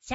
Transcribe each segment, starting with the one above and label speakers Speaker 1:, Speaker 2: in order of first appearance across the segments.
Speaker 1: シ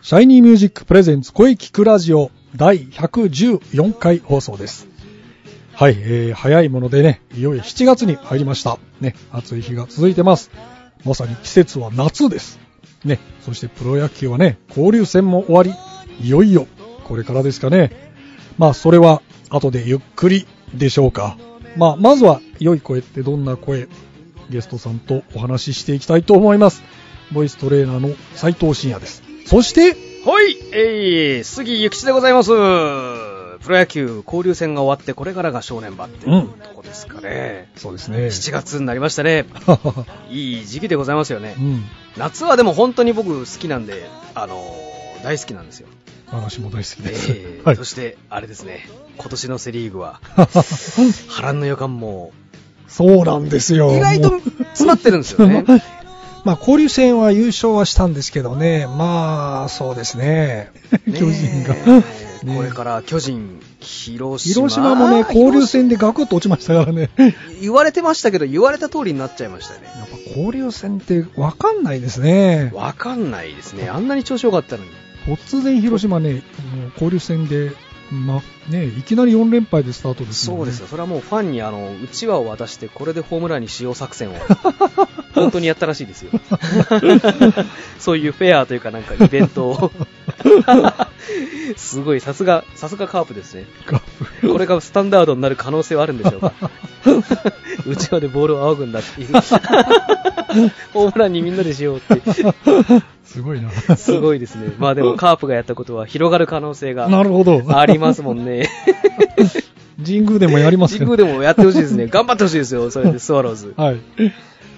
Speaker 2: シャイニーミュージックプレゼンツ声聞くラジオ第114回放送です。はい、えー、早いものでね、いよいよ7月に入りました。ね、暑い日が続いてます。まさに季節は夏です。ね、そしてプロ野球はね、交流戦も終わり、いよいよこれからですかね。まあ、それは後でゆっくりでしょうか。まあ、まずは良い声ってどんな声ゲストさんとお話ししていきたいと思います。ボイストレーナーの斉藤慎也です。そして、
Speaker 3: はい、えー、杉ゆきちでございます。プロ野球交流戦が終わってこれからが正念場っていうとこですかね。
Speaker 2: そうですね。
Speaker 3: 7月になりました ね。いい時期でございますよね
Speaker 2: う。ん。
Speaker 3: 夏はでも本当に僕好きなんで、あのー大好きなんですよ。
Speaker 2: 私も大好きです。
Speaker 3: え ー
Speaker 2: はい
Speaker 3: そ。して、あれですね、今年のセ・リー グは、波乱の予感も
Speaker 2: そうなんですよ。
Speaker 3: 意外と
Speaker 2: もう
Speaker 3: 詰まってるんです よね。
Speaker 4: まあ、交流戦は優勝はしたんですけどね、まあ、そうですね。
Speaker 3: ね
Speaker 2: 巨人が。ね
Speaker 3: これから巨人、広島。
Speaker 2: 広島もね、交流戦でガクッと落ちましたから ね。やっ
Speaker 3: 言われてましたけど、言われた通りになっちゃいましたよね。
Speaker 2: ぱ
Speaker 4: 交流戦ってわかんないですね。
Speaker 3: わかんないですね。あんなに調子良かったのに。
Speaker 2: 突然広島ね、もう交流戦で、ま、ね、いきなり4連敗でスタートですもん
Speaker 3: そう
Speaker 2: ね。
Speaker 3: ですよ。それはもうファンに、あの、うちわを渡して、これでホームランに使用作 戦を、本当にやったらしいですよ。 そういうフェアというかなんかイベント を。すごい、さすが、さすがカープですね。
Speaker 2: か。
Speaker 3: これがスタンダードになる可能性はあるんでしょ うか。うちわでボールを仰ぐんだっていう。 ホームランにみんなでしようって。
Speaker 2: すごいな。
Speaker 3: すごいですね。まあでもカープがやったことは広がる可能性 が
Speaker 2: なるほど。
Speaker 3: ありますもんね。
Speaker 2: 神宮でもやります
Speaker 3: 神
Speaker 2: けど
Speaker 3: 宮でもやってほし いですね。頑張ってほしいですよ、それでスワローズ。
Speaker 2: はい。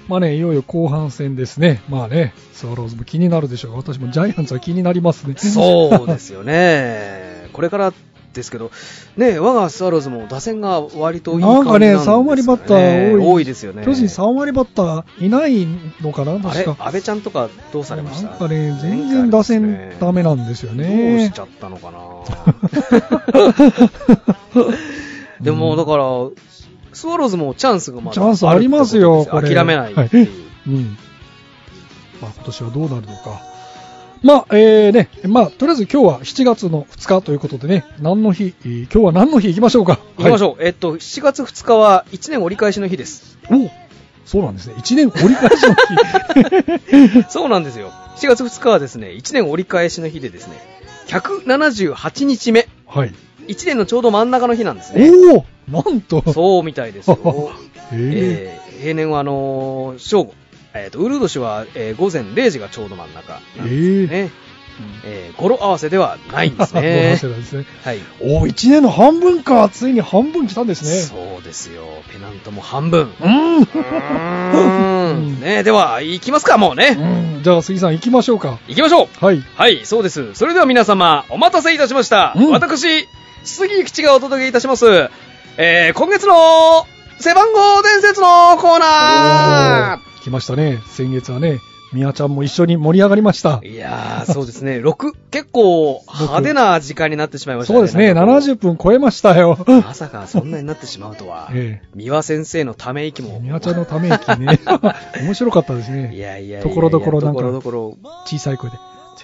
Speaker 2: まあね、いよいよ後半戦ですね。まあね、スワローズも気になるでしょうが、私もジャイアンツは気になりますね。
Speaker 3: そうですよね。これからですけど、ね、我がスワローズも打線が割といい
Speaker 2: な
Speaker 3: 感
Speaker 2: ん
Speaker 3: じ
Speaker 2: か
Speaker 3: なんです
Speaker 2: ね、
Speaker 3: よね。
Speaker 2: 3割バッター多い。
Speaker 3: ですよね。
Speaker 2: 巨人3割バッターいないのかな、
Speaker 3: あれ
Speaker 2: 確か。
Speaker 3: 安倍ちゃんとかどうされました
Speaker 2: なんかね、全然打線ダメなんですよ
Speaker 3: どうし
Speaker 2: ね
Speaker 3: ち。ゃったの かなでも、だから、スワローズもチャンスがまだ
Speaker 2: チャンスありますよ、
Speaker 3: るって
Speaker 2: こ
Speaker 3: ことで
Speaker 2: れ。
Speaker 3: す諦めないって
Speaker 2: は
Speaker 3: いう。
Speaker 2: うん。まあ今年はどうなるのか。まあ、えーね、まあ、とりあえず今日は7月の2日ということでね、何の日、えー今日は何の日行きましょうか。
Speaker 3: 行きまし
Speaker 2: ょ
Speaker 3: ょう。えっと、7月2日は1年折り返しの日です。
Speaker 2: う。おそうなんですね。1年折り返しの
Speaker 3: そうなんですよ。7月2日はですね、1年折り返しの日でですね、178日目。
Speaker 2: 日。はい。
Speaker 3: 1年のちょうど真ん中の日なんですね。
Speaker 2: おおなんと。
Speaker 3: そうみたいですよ。
Speaker 2: えー
Speaker 3: えー平年はあのー正午。えっと、ウルード氏は、えー午前0時がちょうど真ん中なんですね。えー語呂合わせではないんで すね。
Speaker 2: ごめんなさいですね。
Speaker 3: はい。
Speaker 2: おお、1年の半分か。ついに半分来たんですね。
Speaker 3: そうですよ。ペナントも半分。
Speaker 2: うん。
Speaker 3: うん。ねでは、行きますか、もうね。
Speaker 2: うんじゃあ、杉さん行きましょうか。
Speaker 3: 行きましょう
Speaker 2: はい。
Speaker 3: はい、そうです。それでは皆様、お待たせいたしました。
Speaker 2: うん
Speaker 3: 私、杉ゆきちがお届けいたします。えー、今月の、背番号伝説のコーナー
Speaker 2: 来ましたね。先月はね、みやちゃんも一緒に盛り上がりました。
Speaker 3: いやー、そうですね。6、結 構派手な時間になってしまいましたね。
Speaker 2: そうですね、
Speaker 3: なんかこう
Speaker 2: 70分超えましたよ。、
Speaker 3: まさかそんなになってしまうとは
Speaker 2: え
Speaker 3: 三輪先生のため息
Speaker 2: え。
Speaker 3: も。
Speaker 2: みやちゃんのため息 ね。面白かったです
Speaker 3: い
Speaker 2: ね。
Speaker 3: やいやいや、
Speaker 2: ところどころなんか
Speaker 3: ところどころ。
Speaker 2: 小さい声で。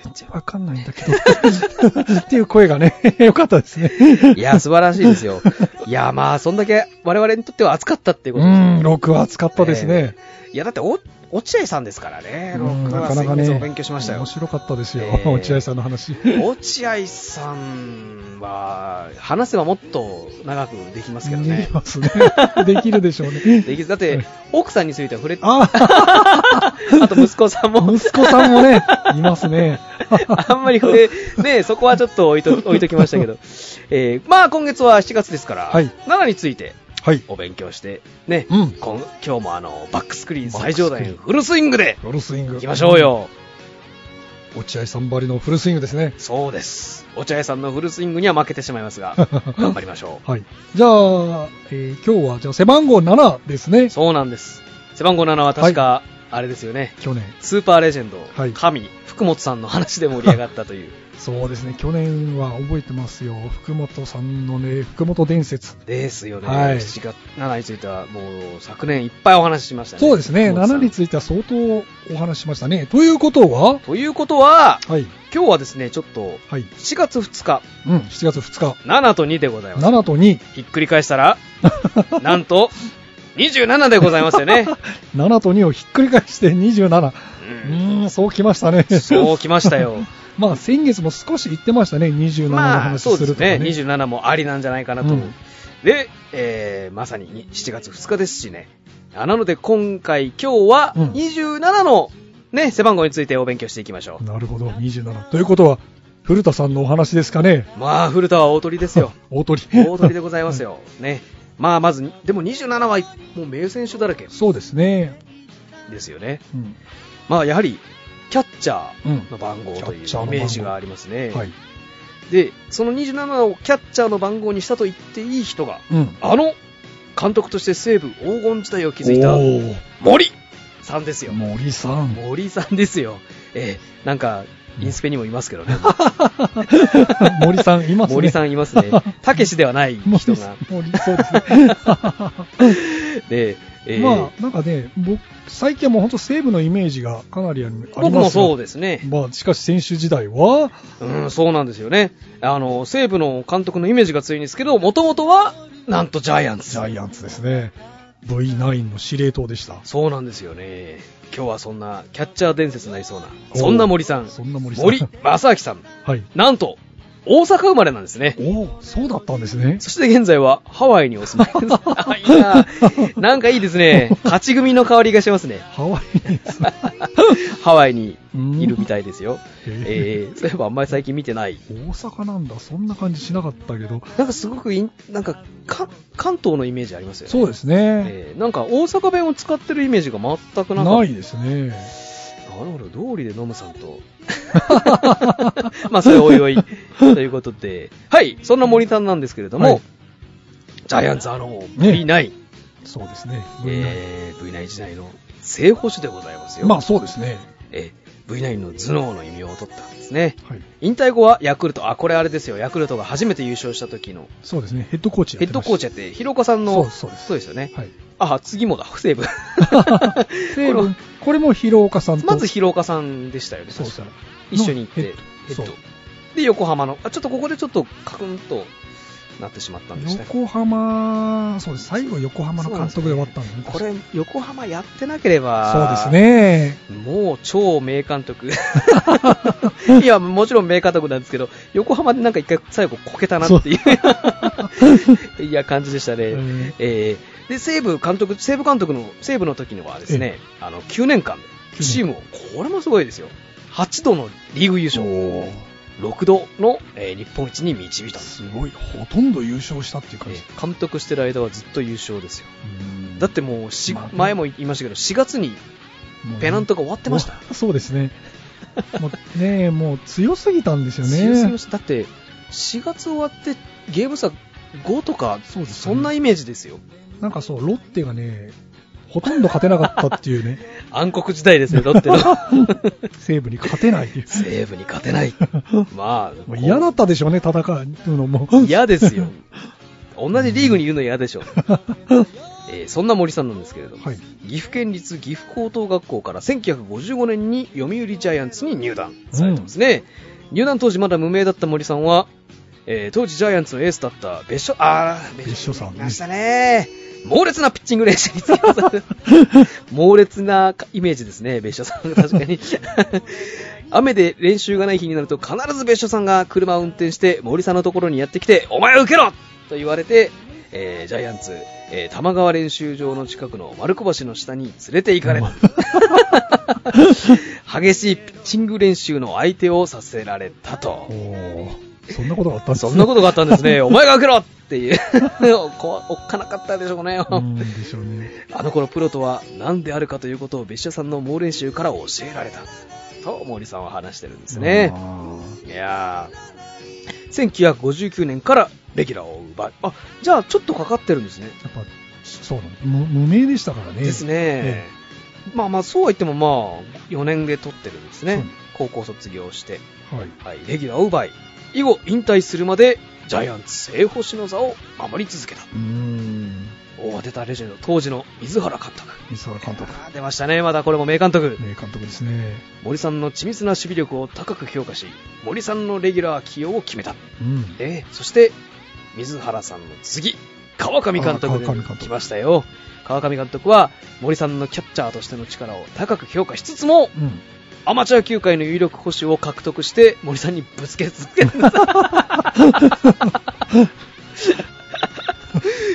Speaker 2: 全然わかんないんだけど。っていう声がね、 よかったですね。
Speaker 3: いや、素晴らしいで すよ。いや、まあ、そんだけ我々にとっては熱かったっていう
Speaker 2: う
Speaker 3: ことですね
Speaker 2: ん、6は暑かったですね。
Speaker 3: いや、だってお、落合さんですからね、
Speaker 2: うん
Speaker 3: 6は先月お勉強しましたよ
Speaker 2: 面。白かったですよ。
Speaker 3: ええ
Speaker 2: 落合さんの話。
Speaker 3: 落合さんは、話せばもっと長くできますけど
Speaker 2: で
Speaker 3: ね
Speaker 2: き。ますね。 できるでしょうね。
Speaker 3: できずだって、奥さんについては触れて、あ
Speaker 2: ああ、
Speaker 3: と息子さんも、
Speaker 2: 息子さんもね、いますね。
Speaker 3: あんまり触れ、ね、そこはちょっと置いと置いときましたけど、えーまあ今月は7月ですから、
Speaker 2: はい
Speaker 3: 7について、
Speaker 2: はい
Speaker 3: お勉強して、ね、
Speaker 2: うん
Speaker 3: こん今日もあの、バックスクリーン最上段へフルスイングで、
Speaker 2: フルスイング。
Speaker 3: 行きましょう。よ。
Speaker 2: 落合さんばりのフルスイングですね。
Speaker 3: そうです。落合さんのフルスイングには負けてしまいま すが、頑張りましょ
Speaker 2: はい。じゃあ、えー今日は、じゃあ背番号7ですね
Speaker 3: う。。そうなんです。背番号7は確か、あれですよね、
Speaker 2: 去年。
Speaker 3: スーパーレジェンド、
Speaker 2: はい
Speaker 3: 神、福本さんの話で盛り上がったという。
Speaker 2: そうですね。去年は覚えてますよ。福本さんのね、福本伝説。
Speaker 3: ですよね、
Speaker 2: はい
Speaker 3: 7月7については、もう昨年いっぱいお話ししましたね。
Speaker 2: そうですね。
Speaker 3: 福本さん
Speaker 2: 7については相当お話ししましたね。ということは、
Speaker 3: ということは、
Speaker 2: はい。
Speaker 3: 今日はですね、ちょっと、
Speaker 2: はい。
Speaker 3: 7月2日、
Speaker 2: うん、7月2日。
Speaker 3: 7と2でございます。
Speaker 2: 7と2。
Speaker 3: ひっくり返したら、なんと、27でございます よね。
Speaker 2: 7と2をひっくり返して27。
Speaker 3: う
Speaker 2: うんーん、そうきましたね。
Speaker 3: そうきましたよ。
Speaker 2: まあ、先月も少し言ってましたね。27の
Speaker 3: まあ、
Speaker 2: 話
Speaker 3: そう
Speaker 2: す
Speaker 3: で
Speaker 2: ると
Speaker 3: す
Speaker 2: かね。
Speaker 3: ね。27もありなんじゃないかなと。
Speaker 2: うん
Speaker 3: で、えー、まさに7月2日ですしね。あなので今回、今日は
Speaker 2: うん
Speaker 3: 27の、ね、背番号についてお勉強していきましょう。
Speaker 2: なるほど、27。ということは、古田さんのお話ですかね。
Speaker 3: まあ、古田は大鳥です よ。
Speaker 2: 大鳥。
Speaker 3: 大鳥でございますよ。ね。まあ、まず、でも27はもう名選手だらけ
Speaker 2: そうですね。
Speaker 3: ですよね。
Speaker 2: うん。
Speaker 3: まあ、やはり、キャッチャ
Speaker 2: う
Speaker 3: ー
Speaker 2: ん
Speaker 3: の番号とい
Speaker 2: キャ
Speaker 3: うイメ
Speaker 2: ッチャーの番号
Speaker 3: ージがありますね。
Speaker 2: はい。
Speaker 3: で、その27をキャッチャーの番号にしたと言っていい人が、
Speaker 2: うん。
Speaker 3: あの監督として西武黄金時代を築いた
Speaker 2: おー
Speaker 3: 森さんですよ。
Speaker 2: 森さん。
Speaker 3: 森さんですよ。えーなんか、インスペにもいま すけどね。
Speaker 2: 森さん、いますね。
Speaker 3: 森さんいま すね。たけしではない
Speaker 2: 森
Speaker 3: 人が。
Speaker 2: 森、そうですね。
Speaker 3: で、 えー
Speaker 2: まあ、なんかね、僕、最近はもう本当西武のイメージがかなりありますが
Speaker 3: 僕もそうですね。
Speaker 2: まあ、しかし選手時代は、
Speaker 3: うん、そうなんですよね。あの、西武の監督のイメージが強いんですけど、もともとは、なんとジャイアンツ
Speaker 2: ジ。ャイアンツですね。V9 の司令塔でした。
Speaker 3: そうなんですよね。今日はそんなキャッチャー伝説になりそうな、そんな森さん、
Speaker 2: そんな森さん。
Speaker 3: 森正明さん、
Speaker 2: はい。
Speaker 3: なんと、大阪生まれなんですね。
Speaker 2: おお、そうだったんですね。
Speaker 3: そして現在はハワイにお住まいです。あ、いいななんかいいですね。勝ち組の香りがし ますね。
Speaker 2: ハワイにですね。
Speaker 3: ハワイにいるみたいですよ。
Speaker 2: うん
Speaker 3: えー、そういえばあんまり最近見てない。
Speaker 2: 大阪なんだ、そんな感じしなかったけど。
Speaker 3: なんかすごくいん、なんかか、関東のイメージありますよね。
Speaker 2: そうですね。
Speaker 3: えーなんか大阪弁を使ってるイメージが全くなかった
Speaker 2: ないですね。
Speaker 3: なるほど、通りで飲むさんと。 まあ、それはおいおい。ということで、はい、そんな森さんなんですけれども、
Speaker 2: はい
Speaker 3: ジャイアンツ、あの、
Speaker 2: ね
Speaker 3: V9、
Speaker 2: そうですね。
Speaker 3: えー V9 時代の正捕手でございますよ。
Speaker 2: まあそうですね。
Speaker 3: えー V9 の頭脳の異名を取ったんですね。
Speaker 2: はい。
Speaker 3: 引退後はヤクルト、あ、これあれですよ、ヤクルトが初めて優勝した時の
Speaker 2: そうですね。ヘッドコーチや
Speaker 3: ヘ
Speaker 2: っ
Speaker 3: ッ
Speaker 2: て
Speaker 3: ド
Speaker 2: まし
Speaker 3: コーチ
Speaker 2: た
Speaker 3: やって、広岡さんの、
Speaker 2: そうそうです
Speaker 3: よね。
Speaker 2: はい。
Speaker 3: あ、次もだ、西武。
Speaker 2: 成分これも広岡さんと。
Speaker 3: まず広岡さんでしたよね、
Speaker 2: そうそう
Speaker 3: 確か一緒に行って、
Speaker 2: のヘッ
Speaker 3: ヘッ
Speaker 2: そう
Speaker 3: ド。で、横浜の、あ、ちょっとここでちょっとカクンとなってしまったんでしたね。
Speaker 2: 横浜、そうです。最後横浜の監督で終わったんで、ね、
Speaker 3: これ、横浜やってなけれ
Speaker 2: そう
Speaker 3: ば、
Speaker 2: です。ね。
Speaker 3: もう超名監 督。いや、もちろん名監督なんですけど、横浜でなんか一回最後こけたなって いう、いや、感じでしたね。
Speaker 2: うん
Speaker 3: えーで、西武監督、西武監督の、西武の時のはですね、あの、9年間で、チームを、これもすごいですよ。8度のリーグ優勝、6度の、えー日本一に導いた。
Speaker 2: すごい。ほとんど優勝したっていう感
Speaker 3: え
Speaker 2: じ。
Speaker 3: ー監督してる間はずっと優勝ですよ。
Speaker 2: うん
Speaker 3: だってもうし、
Speaker 2: まあね
Speaker 3: 前も言いましたけど、4月に
Speaker 2: もう
Speaker 3: ペナントが終わってました。
Speaker 2: そうですね。もうねもう強すぎたんですよね。
Speaker 3: 強すぎましただって4月終わってゲーム差5とか
Speaker 2: そうですね
Speaker 3: そんなイメージですよ
Speaker 2: なんかそう、ロッテがね、ほとんど勝てなかったっていう ね、
Speaker 3: 暗黒時代ですねロ ッテの
Speaker 2: 西武に勝てないっていう。
Speaker 3: 西武に勝てないまあ
Speaker 2: もう嫌だったでしょうね、戦うのも。
Speaker 3: 嫌ですよ同じリーグにいるの嫌でしょ、えーそんな森さんなんですけれども、
Speaker 2: はい。
Speaker 3: 岐阜県立岐阜高等学校から1955年に読売ジャイアンツに入団されてますね、入団当時まだ無名だった森さんは、えー当時ジャイアンツのエースだった別所あー
Speaker 2: 別所さんね
Speaker 3: いましたね猛烈なピッチング練習につきまされ猛烈なイメージですね別所さんが確かに雨で練習がない日になると必ず別所さんが車を運転して森さんのところにやってきてお前を受けろと言われて、えージャイアンツ、えー玉川練習場の近くの丸小橋の下に連れて行かれた激しいピッチング練習の相手をさせられたと
Speaker 2: おーそんなことがあったんです
Speaker 3: そんなことがあったんですね。お前が開けろっていう。 こうおっかなかったでしょうね。
Speaker 2: うんでしょうね。
Speaker 3: あの頃プロとは何であるかということを別所さんの猛練習から教えられた。と森さんは話してるんですね。
Speaker 2: あ
Speaker 3: いやー。1959年からレギュラーを奪い。あ、じゃあちょっとかかってるんですね。
Speaker 2: ーやっぱ、そうなの。無無名でしたからね。
Speaker 3: ですね。
Speaker 2: え
Speaker 3: まあまあ、そうは言ってもまあ、4年で取ってるんですね。
Speaker 2: うん
Speaker 3: 高校卒業して、
Speaker 2: はい。
Speaker 3: はい、レギュラーを奪い、以後引退するまで、ジャイアンツ正捕手の座を守り続けた。
Speaker 2: うーん。
Speaker 3: 大当てたレジェンド、当時の水原監督。
Speaker 2: 水原監督。
Speaker 3: あー出ましたね、まだこれも名監督。
Speaker 2: 名監督ですね。
Speaker 3: 森さんの緻密な守備力を高く評価し、森さんのレギュラー起用を決めた。
Speaker 2: うん。
Speaker 3: えーそして、水原さんの次、川上監督
Speaker 2: あー川上監督
Speaker 3: 来ましたよ。川上監督は、森さんのキャッチャーとしての力を高く評価しつつも、
Speaker 2: うん。
Speaker 3: アマチュア球界の有力捕手を獲得して、森さんにぶつけ続 けるんだ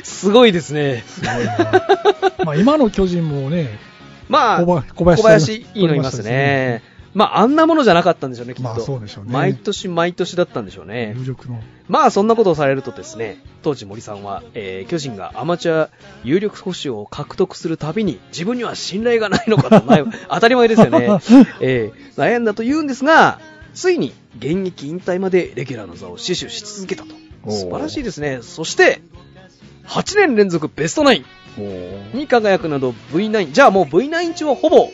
Speaker 3: すごいですね。
Speaker 2: すごい な。まあ今の巨人もね、
Speaker 3: まあ、
Speaker 2: 小林小
Speaker 3: 小
Speaker 2: 林
Speaker 3: 林いいのいますね。まあ、あんなものじゃなかったんでしょうね、きっと。
Speaker 2: まあそうでしょうね
Speaker 3: 毎年毎年だったんでしょうね。
Speaker 2: 有力の。
Speaker 3: まあそんなことをされるとですね、当時森さんは、えー巨人がアマチュア有力捕手を獲得するたびに自分には信頼がないの かと悩む、当たり前ですよね、えー悩んだと言うんですが、ついに現役引退までレギュラーの座を死守し続けたと。
Speaker 2: おー
Speaker 3: 素晴らしいですね。そして、8年連続ベストナイン
Speaker 2: おー
Speaker 3: に輝くなど V9、じゃあもう V9 中はほぼ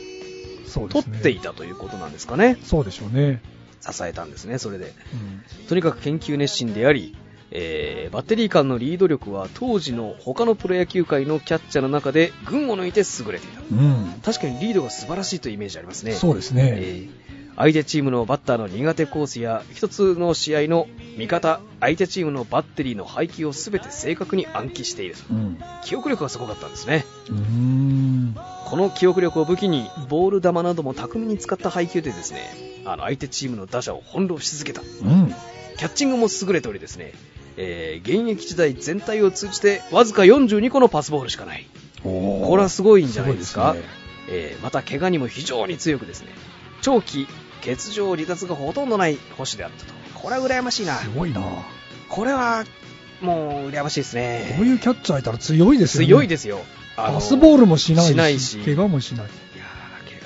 Speaker 2: そうで
Speaker 3: 取
Speaker 2: すね。
Speaker 3: っていたということなんですかね。
Speaker 2: そうでしょうね。
Speaker 3: 支えたんですね、それで。
Speaker 2: うん。
Speaker 3: とにかく研究熱心であり、えーバッテリー間のリード力は当時の他のプロ野球界のキャッチャーの中で群を抜いて優れていた
Speaker 2: うん。
Speaker 3: 確かにリードが素晴らしいというイメージありますね
Speaker 2: そうですね。
Speaker 3: えー相手チームのバッターの苦手コースや一つの試合の味方相手チームのバッテリーの配球を全て正確に暗記していると
Speaker 2: うん。
Speaker 3: 記憶力がすごかったんですね
Speaker 2: うーん。
Speaker 3: この記憶力を武器にボール球なども巧みに使った配球でですねあの相手チームの打者を翻弄し続けた
Speaker 2: うん。
Speaker 3: キャッチングも優れておりですね、えー現役時代全体を通じてわずか42個のパスボールしかない。
Speaker 2: おー
Speaker 3: これはすごいんじゃないですか
Speaker 2: ごね
Speaker 3: えーまた怪我にも非常に強くですね、長期欠場離脱がほとんどない捕手であったと。これは羨ましいな。
Speaker 2: すごいな。
Speaker 3: これはもう羨ましいです
Speaker 2: こう
Speaker 3: ね。
Speaker 2: いうキャッチャーいたら強いですよね。
Speaker 3: 強いですよ。あの
Speaker 2: パスボールもしないし、
Speaker 3: しないし
Speaker 2: 怪我もしない。
Speaker 3: いやー怪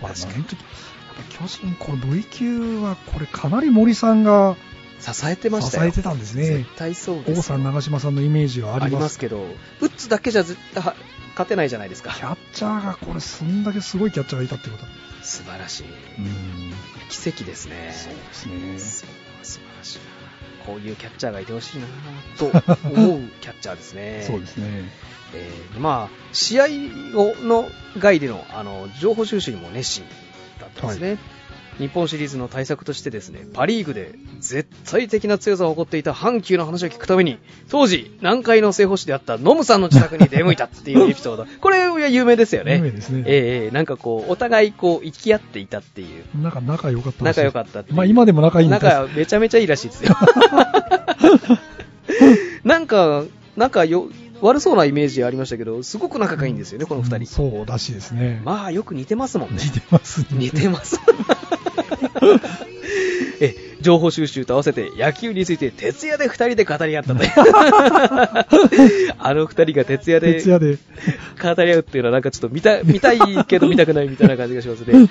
Speaker 3: 我
Speaker 2: ま
Speaker 3: は
Speaker 2: あ、
Speaker 3: 確
Speaker 2: なん
Speaker 3: かに
Speaker 2: とやっぱ巨人、この V 級は、これ、かなり森さんが
Speaker 3: 支えてまし
Speaker 2: 支
Speaker 3: た
Speaker 2: え
Speaker 3: よ。
Speaker 2: てたんですね。
Speaker 3: 絶対そうですよ。
Speaker 2: 王さん、長嶋さんのイメージはあ
Speaker 3: あ
Speaker 2: り
Speaker 3: り
Speaker 2: ま
Speaker 3: ますすけど、打つだけじゃ絶対は勝てないじゃないですか。
Speaker 2: キャッチャーが、これ、そんだけすごいキャッチャーがいたってこと。
Speaker 3: 素晴らしい。
Speaker 2: うん、
Speaker 3: 奇跡ですね。
Speaker 2: そうです
Speaker 3: 素
Speaker 2: ね。
Speaker 3: 晴らしいなこういうキャッチャーがいてほしいなと思うキャッチャーですね。
Speaker 2: そうですね。
Speaker 3: えーまあ、試合後の外でのあの情報収集にも熱心だったんですね、日本シリーズの対策としてですねパ・リーグで絶対的な強さを誇っていた阪急の話を聞くために当時、南海の正捕手であったノムさんの自宅に出向いたっていうエピソー ドこれは有名ですよね。
Speaker 2: 有名ですね
Speaker 3: えーえーなんかこうお互いこう生き合っていたっていう
Speaker 2: なんか仲良かったらしい
Speaker 3: 仲良かったっていう
Speaker 2: まあ、今でも仲いいんです
Speaker 3: 仲めちゃめちゃいいらしい ですよ。なんか、仲よ、悪そうなイメージありましたけど、すごく仲がいいんですよね、この二
Speaker 2: うん
Speaker 3: 人。
Speaker 2: そうらしいですね。
Speaker 3: まあ、よく似てますもんね。
Speaker 2: 似てますね。
Speaker 3: 似てます。 え、情報収集と合わせて野球について徹夜で二人で語り合ったという あの二人が徹夜で
Speaker 2: 徹夜で。
Speaker 3: 語り合うっていうのはなんかちょっと見た見たいけど見たくないみたいな感じがしますね。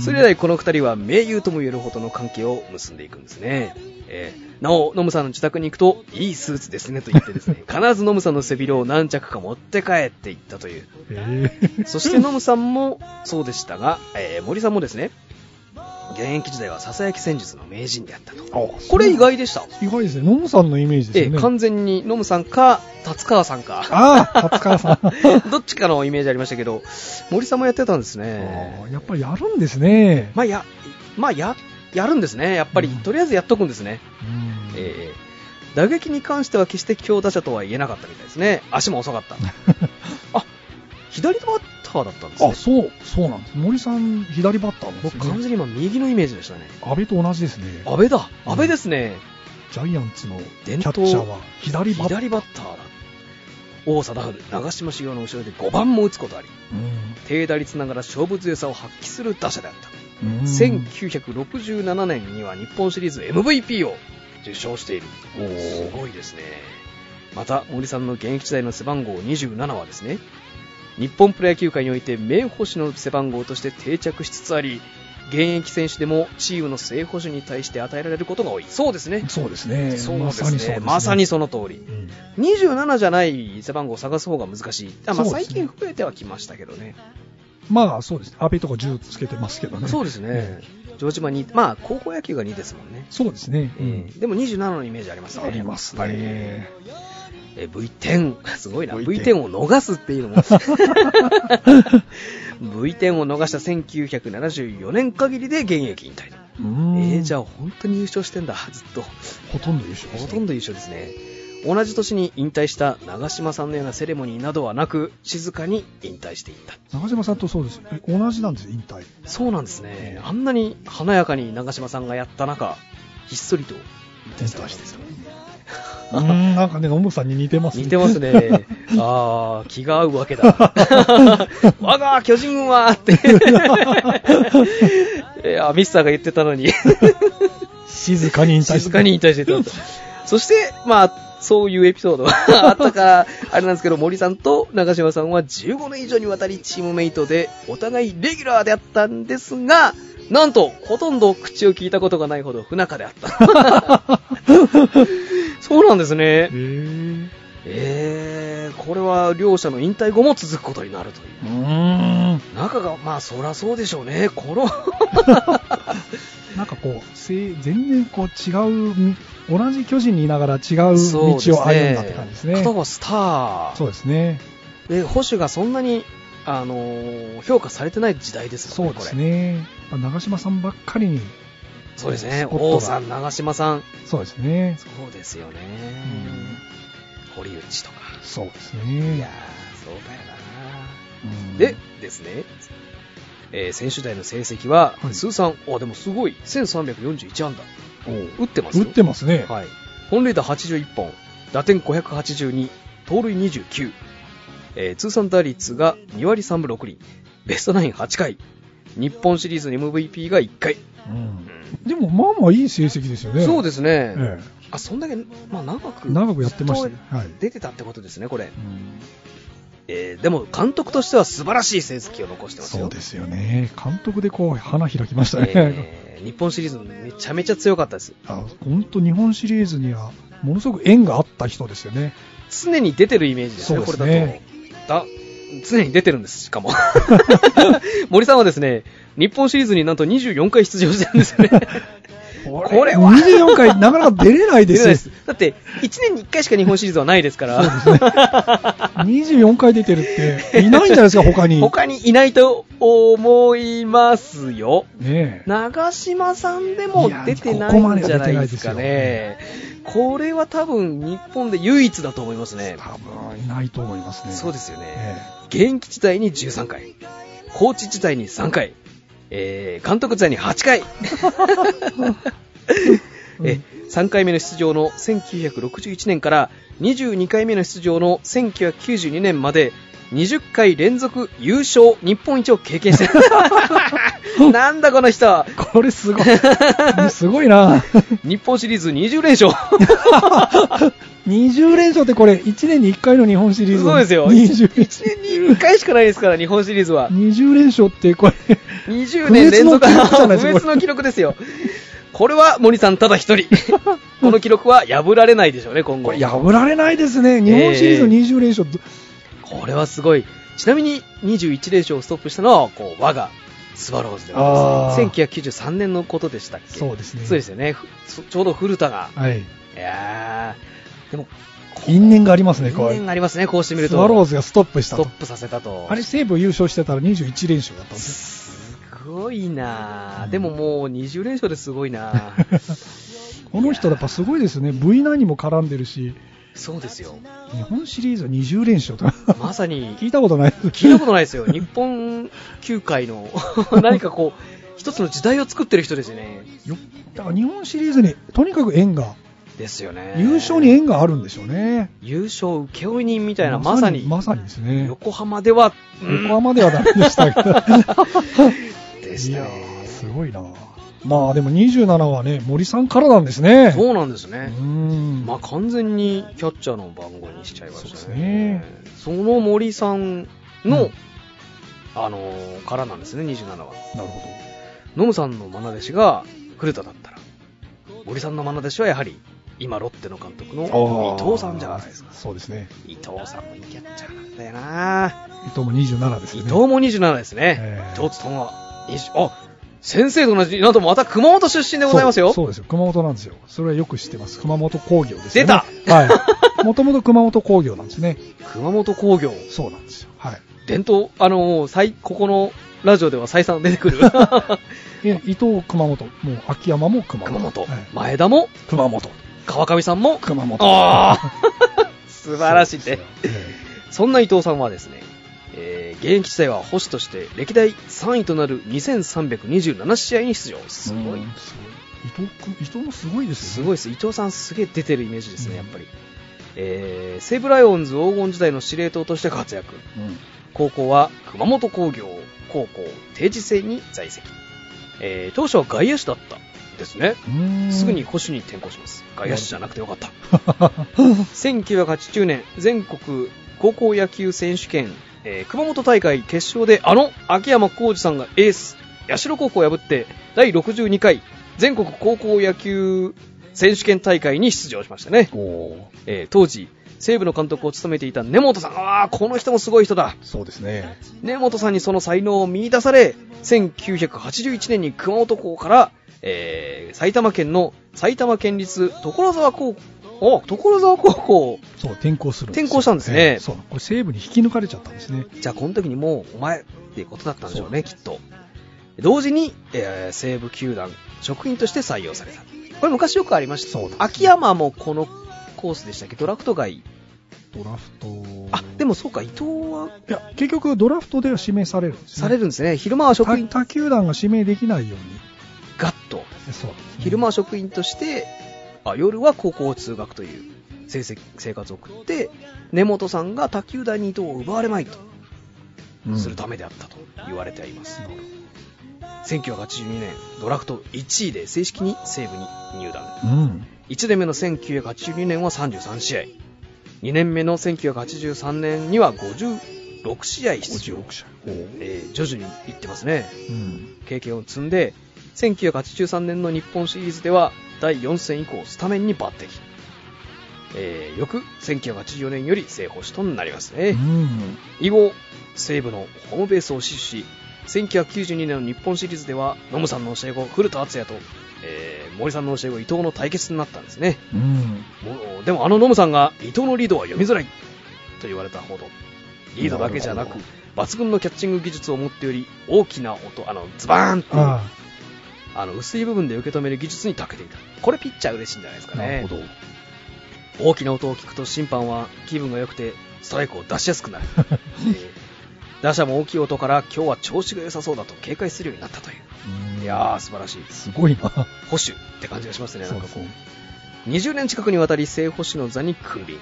Speaker 3: それ以来この二人は盟友とも言えるほどの関係を結んでいくんですね。えーなお、ノムさんの自宅に行くと、いいスーツですねと言ってで すね、必ずノムさんの背広を何着か持って帰っていったという。
Speaker 2: ええ
Speaker 3: そしてノムさんもそうでしたが、えー森さんもですね、現役時代は囁き戦術の名人であったと。これ意外でした。
Speaker 2: 意外ですね。ノムさんのイメージ
Speaker 3: え
Speaker 2: です
Speaker 3: ー
Speaker 2: よね。
Speaker 3: 完全にノムさんか、達川さんか。
Speaker 2: ああ、達川さ ん。
Speaker 3: どっちかのイメージありましたけど、森さんもやってたんです
Speaker 2: あ
Speaker 3: ね。
Speaker 2: ーやっぱりやるんですね。
Speaker 3: まあ、や、まあ、や、やるんですね。やっぱり、
Speaker 2: うん
Speaker 3: とりあえずやっとくんですね。
Speaker 2: うん
Speaker 3: えー打撃に関しては決して強打者とは言えなかったみたいですね。足も 遅かった。あ、左バッターだったんですね
Speaker 2: あ、。そう、そうなんです。森さん、左バッターなんです
Speaker 3: 僕
Speaker 2: よ
Speaker 3: 完
Speaker 2: ね。
Speaker 3: 全に今右のイメージでしたね。
Speaker 2: 安倍と同じですね。
Speaker 3: 安倍だ。安倍ですね。
Speaker 2: ジャイアンツのキャ
Speaker 3: 伝
Speaker 2: ッチャ
Speaker 3: 統
Speaker 2: ーは左バッター。
Speaker 3: 左バッターだ。王貞治、長嶋茂雄の後ろで5番も打つことあり、低打率ながら勝負強さを発揮する打者であった。
Speaker 2: うんうん
Speaker 3: 1967年には日本シリーズ MVP を受賞している
Speaker 2: おー
Speaker 3: すごいですねまた森さんの現役時代の背番号27はですね日本プロ野球界において名捕手の背番号として定着しつつあり現役選手でもチームの正捕手に対して与えられることが多いそうですね
Speaker 2: そうですね。
Speaker 3: そう
Speaker 2: ま
Speaker 3: で
Speaker 2: さにそうですす
Speaker 3: ね
Speaker 2: ね。
Speaker 3: まさにその通り
Speaker 2: うん
Speaker 3: 27じゃない背番号を探す方が難しいあ、
Speaker 2: そ
Speaker 3: まあ、
Speaker 2: うで
Speaker 3: 最
Speaker 2: すね
Speaker 3: 近増えてはきましたけどね
Speaker 2: まあそうですね。阿部とか10つけてますけどね。
Speaker 3: そうですね城島にまあ高校野球が2ですもんね、
Speaker 2: そうですね。う
Speaker 3: え
Speaker 2: ん。
Speaker 3: ーでも27のイメージありますね
Speaker 2: ありますね。
Speaker 3: えー V10 すごいな
Speaker 2: V10
Speaker 3: V10 を逃すっていう のも V10 を逃した1974年限りで現役引
Speaker 2: う
Speaker 3: 退え
Speaker 2: ん
Speaker 3: ーじゃあ本当に優勝してんだずっと
Speaker 2: ほとんど優勝
Speaker 3: ほとんど優勝ですね同じ年に引退した長嶋さんのようなセレモニーなどはなく静かに引退していった
Speaker 2: 中島さんとそうです。え同じなんですよ引 退。
Speaker 3: そうなんですねあんなに華やかに長嶋さんがやった中ひっそりと
Speaker 2: 引退してる。うん、なんかね、ノムさんに似てます
Speaker 3: 似てま すね。ああ、気が合うわけ だ。我が巨人軍は って。いや、ミスターが言ってたのに、
Speaker 2: 静かに引退してる
Speaker 3: 静かに引退してたと。 そして、まあ、そういうエピソードが あったから、あれなんですけど、森さんと長嶋さんは15年以上にわたりチームメイトで、お互いレギュラーであったんですが、なんと、ほとんど口を聞いたことがないほど不仲であ った。そうなんですね
Speaker 2: へ。ー
Speaker 3: えー、これは両者の引退後も続くことになるという
Speaker 2: ーん。
Speaker 3: う仲がまあそりゃそうでしょうね この
Speaker 2: なんかこう、せ全然こう違うみ、同じ巨人にいながら違う道を
Speaker 3: そうですね
Speaker 2: 歩んだって感じですね。
Speaker 3: 片方はスタ
Speaker 2: そう
Speaker 3: ー
Speaker 2: ですね。
Speaker 3: で保守がそんなにあのー評価されてない時代です
Speaker 2: そ
Speaker 3: もん
Speaker 2: う
Speaker 3: ね
Speaker 2: です
Speaker 3: これ
Speaker 2: ね。まあ長嶋さんばっかりに、
Speaker 3: そうですね
Speaker 2: スポットが
Speaker 3: 王さん長嶋さん
Speaker 2: そうですね。
Speaker 3: そうですよね
Speaker 2: ん
Speaker 3: 堀内とか
Speaker 2: そうです
Speaker 3: いや
Speaker 2: ね。
Speaker 3: ーそうだよ
Speaker 2: うん
Speaker 3: なでですねえー選手代の成績は、
Speaker 2: はい
Speaker 3: 通算、あ、でもすごい、1341安打。打ってます
Speaker 2: 打
Speaker 3: よ
Speaker 2: ってますね。
Speaker 3: はい、本塁打81本、打点582、盗塁29、えー通算打率が2割3分6厘、ベストナイン8回、日本シリーズ MVP が1回、
Speaker 2: うんでも、まあまあいい成績ですよね。
Speaker 3: そう
Speaker 2: で
Speaker 3: ですね、
Speaker 2: え
Speaker 3: あそんだけ、まあ、長く
Speaker 2: え長くやってましたね
Speaker 3: ずっ。
Speaker 2: はい。
Speaker 3: と出てたってことですね、これ、
Speaker 2: うん
Speaker 3: えーでも監督としては素晴らしい成績を残してますよ。
Speaker 2: そうですよね。監督でこう、花開きましたね。
Speaker 3: えー日本シリーズめちゃめちゃ強かったです
Speaker 2: あ本当日本シリーズには、ものすごく縁があった人ですよね。
Speaker 3: 常に出てるイメージですね、
Speaker 2: そう
Speaker 3: こ
Speaker 2: で
Speaker 3: れ
Speaker 2: す
Speaker 3: だ
Speaker 2: ね
Speaker 3: と。だ常に出てるんです、しか も。森さんはですね、日本シリーズになんと24回出場してるんですよね。これは
Speaker 2: 24回、なかなか出れないで
Speaker 3: 出て
Speaker 2: す
Speaker 3: ない
Speaker 2: よ
Speaker 3: で。 す。だって、1年に1回しか日本シリーズはないですから、
Speaker 2: 24回出てるって、いないんじゃないですか、他に。
Speaker 3: 他にいないと思いますよ。
Speaker 2: ねえ。
Speaker 3: 長嶋さんでも出てないんじゃないですか
Speaker 2: いや
Speaker 3: ね。これは多分日本で唯一だと思いますね。
Speaker 2: 多分いないと思いますね。
Speaker 3: そうですすよね。
Speaker 2: ね。
Speaker 3: 現役時代に13回、コーチ時代に3回、えー監督時代に8回、 え3回目の出場の1961年から22回目の出場の1992年まで20回連続優勝日本一を経験して るなんだこの人
Speaker 2: これすご い。すごいな。
Speaker 3: 日本シリーズ20連 勝
Speaker 2: 20連勝ってこれ、1年に1回の日本シリーズ。
Speaker 3: そうですよ
Speaker 2: 20
Speaker 3: 1年に1回しかないですから日本シリーズは
Speaker 2: 20連勝ってこれ、
Speaker 3: 20年連続
Speaker 2: 不滅の記録じゃないです
Speaker 3: 不
Speaker 2: か
Speaker 3: 滅の記録ですよ。これは森さんただ一人。 この記録は破られないでしょうね、今後。
Speaker 2: これ破られないですね。日本シリーズ20連勝。
Speaker 3: これはすごい。ちなみに21連勝をストップしたのは、こう、我がスワローズでございます。
Speaker 2: あー
Speaker 3: 1993年のことでしたっけ
Speaker 2: そうですね
Speaker 3: そうですよね。ふそちょうど古田が。
Speaker 2: はい。
Speaker 3: いやー、でも、
Speaker 2: 因縁がありますね、
Speaker 3: 因
Speaker 2: こ
Speaker 3: 縁
Speaker 2: れ。
Speaker 3: がありますね、こうしてみる
Speaker 2: ス
Speaker 3: と。
Speaker 2: ワローズがストップし
Speaker 3: ス
Speaker 2: た
Speaker 3: ト
Speaker 2: と
Speaker 3: ッ。プさせたと。
Speaker 2: あれ、西武優勝してたら21連勝だったんです。
Speaker 3: すごいなーでももう20連勝ですごいな ー
Speaker 2: この人やっぱすごいですね。V9 にも絡んでるし、
Speaker 3: そうですよ。
Speaker 2: 日本シリーズ20連勝とか。
Speaker 3: まさに
Speaker 2: 聞いたことないです。
Speaker 3: 聞いたことないで すよ、日本球界の 何かこう、一つの時代を作ってる人ですよね。
Speaker 2: よだから日本シリーズにとにかく縁が、
Speaker 3: ですよね。
Speaker 2: 優勝に縁があるんでしょうね。
Speaker 3: 優勝請負人みたいな、まさに、
Speaker 2: まさにですね。
Speaker 3: 横浜では、うん
Speaker 2: 横浜ではダメでしたけど。
Speaker 3: でした
Speaker 2: いや
Speaker 3: ね
Speaker 2: ー、すごいな。まあでも27はね、森さんからなんですね。
Speaker 3: そうなんです
Speaker 2: う
Speaker 3: ね。
Speaker 2: ん。
Speaker 3: まあ完全にキャッチャーの番号にしちゃいまし
Speaker 2: そう
Speaker 3: た
Speaker 2: です
Speaker 3: ね
Speaker 2: ね。
Speaker 3: その森さん
Speaker 2: う
Speaker 3: の、
Speaker 2: ん
Speaker 3: あのーからなんですね、27は。
Speaker 2: なるほど。
Speaker 3: ノムさんの愛弟子が古田だったら、森さんの愛弟子はやはり、今ロッテの監督の伊藤さんじゃないですか。
Speaker 2: そうですね。
Speaker 3: 伊藤さんもいいキャッチャーなんだよな、
Speaker 2: 伊藤も27です
Speaker 3: 伊
Speaker 2: ね。
Speaker 3: 藤も27ですね。
Speaker 2: えー
Speaker 3: 伊藤つとんは20、あ、先生と同じ、なんとまた熊本出身でございますよ。
Speaker 2: そうそうですよ。熊本なんですよ。それはよく知ってます。熊本工業です
Speaker 3: 出
Speaker 2: よ、ね。
Speaker 3: た
Speaker 2: はい。 もともと熊本工業なんですね。
Speaker 3: 熊本工業。
Speaker 2: そうなんですよ。はい。
Speaker 3: 伝統、あのー、最、ここのラジオでは再三出てく る。
Speaker 2: いや伊藤熊本、もう秋山も熊本。
Speaker 3: 熊本、
Speaker 2: はい
Speaker 3: 前田も、
Speaker 2: 熊本。
Speaker 3: 川上さんも、
Speaker 2: 熊本。
Speaker 3: ああ 素晴らしいね。
Speaker 2: そうですよえ
Speaker 3: そんな伊藤さんはですね、えー現役時代は捕手として歴代3位となる2327試合に出場。
Speaker 2: え
Speaker 3: すごい。
Speaker 2: うんすごい伊藤く伊藤もすごいです
Speaker 3: す
Speaker 2: よ
Speaker 3: ごい
Speaker 2: ね。
Speaker 3: です。伊藤さんすげえ出てるイメージです
Speaker 2: う
Speaker 3: ね、
Speaker 2: ん
Speaker 3: やっぱり。えー西武ライオンズ黄金時代の司令塔として活躍。
Speaker 2: うん
Speaker 3: 高校は熊本工業高校定時制に在籍、えー当初は外野手だったですね
Speaker 2: うーん
Speaker 3: すぐに捕手に転向します外野手じゃなくてよかった
Speaker 2: は
Speaker 3: 1989年全国高校野球選手権、えー熊本大会決勝であの秋山浩二さんがエース社高校を破って第62回全国高校野球選手権大会に出場しましたね、
Speaker 2: おー
Speaker 3: えー当時西武の監督を務めていた根本さんああこの人もすごい人だ
Speaker 2: そうですね。
Speaker 3: 根本さんにその才能を見出され1981年に熊本校から、えー埼玉県の埼玉県立所沢高校所沢高校
Speaker 2: そう、転校するですよ
Speaker 3: 転校したんですね
Speaker 2: ええそう。これ西部に引き抜かれちゃったんですね。
Speaker 3: じゃあこの時にもうお前っていうことだったんでしょうね
Speaker 2: そ
Speaker 3: きっと同時に、えー西武球団職員として採用されたこれ昔よくありました、
Speaker 2: そうですね
Speaker 3: 秋山もこのコースでしたっけドラフト外
Speaker 2: ドラフト。
Speaker 3: あでもそうか伊藤はい
Speaker 2: や、結局ドラフトでは指名されるんですね。
Speaker 3: されるんですね昼間は職員
Speaker 2: 他他球団が指名できないように。
Speaker 3: ガッと
Speaker 2: そう。
Speaker 3: 昼間は職員としてあ夜は高校通学という成績生活を送って根本さんが他球団に糸を奪われまいと
Speaker 2: うん
Speaker 3: するためであったと言われています、1982年ドラフト1位で正式に西武に入団
Speaker 2: うん。
Speaker 3: 1年目の1982年は33試合2年目の1983年には56試合出場
Speaker 2: 56、社。
Speaker 3: えー徐々にいってますね
Speaker 2: うん。
Speaker 3: 経験を積んで1983年の日本シリーズでは第4戦以降スタメンに抜擢、えー、翌1984年より正捕手となりますね、
Speaker 2: うん。
Speaker 3: 以後西武のホームベースを死守し1992年の日本シリーズではノムさんの教え子古田敦也と、えー森さんの教え子伊藤の対決になったんですね
Speaker 2: うん。
Speaker 3: もうでもあのノムさんが伊藤のリードは読みづらいと言われたほどリードだけじゃな
Speaker 2: な
Speaker 3: く
Speaker 2: る
Speaker 3: 抜群のキャッチング技術を持っており大きな音あのズバーンっていう
Speaker 2: あ
Speaker 3: あの薄い部分で受け止める技術に長けていたこれピッチャー嬉しいんじゃないです
Speaker 2: あ、
Speaker 3: か
Speaker 2: なる
Speaker 3: ね
Speaker 2: ほど。
Speaker 3: 大きな音を聞くと審判は気分が良くてストライクを出しやすくなる、えー打者も大きい音から今日は調子が良さそうだと警戒するようになったという
Speaker 2: うん
Speaker 3: いやー素晴らしい
Speaker 2: すごいな。
Speaker 3: 保守って感じがしますねなんかこう
Speaker 2: ね。
Speaker 3: 20年近くにわたり正捕手の座に君臨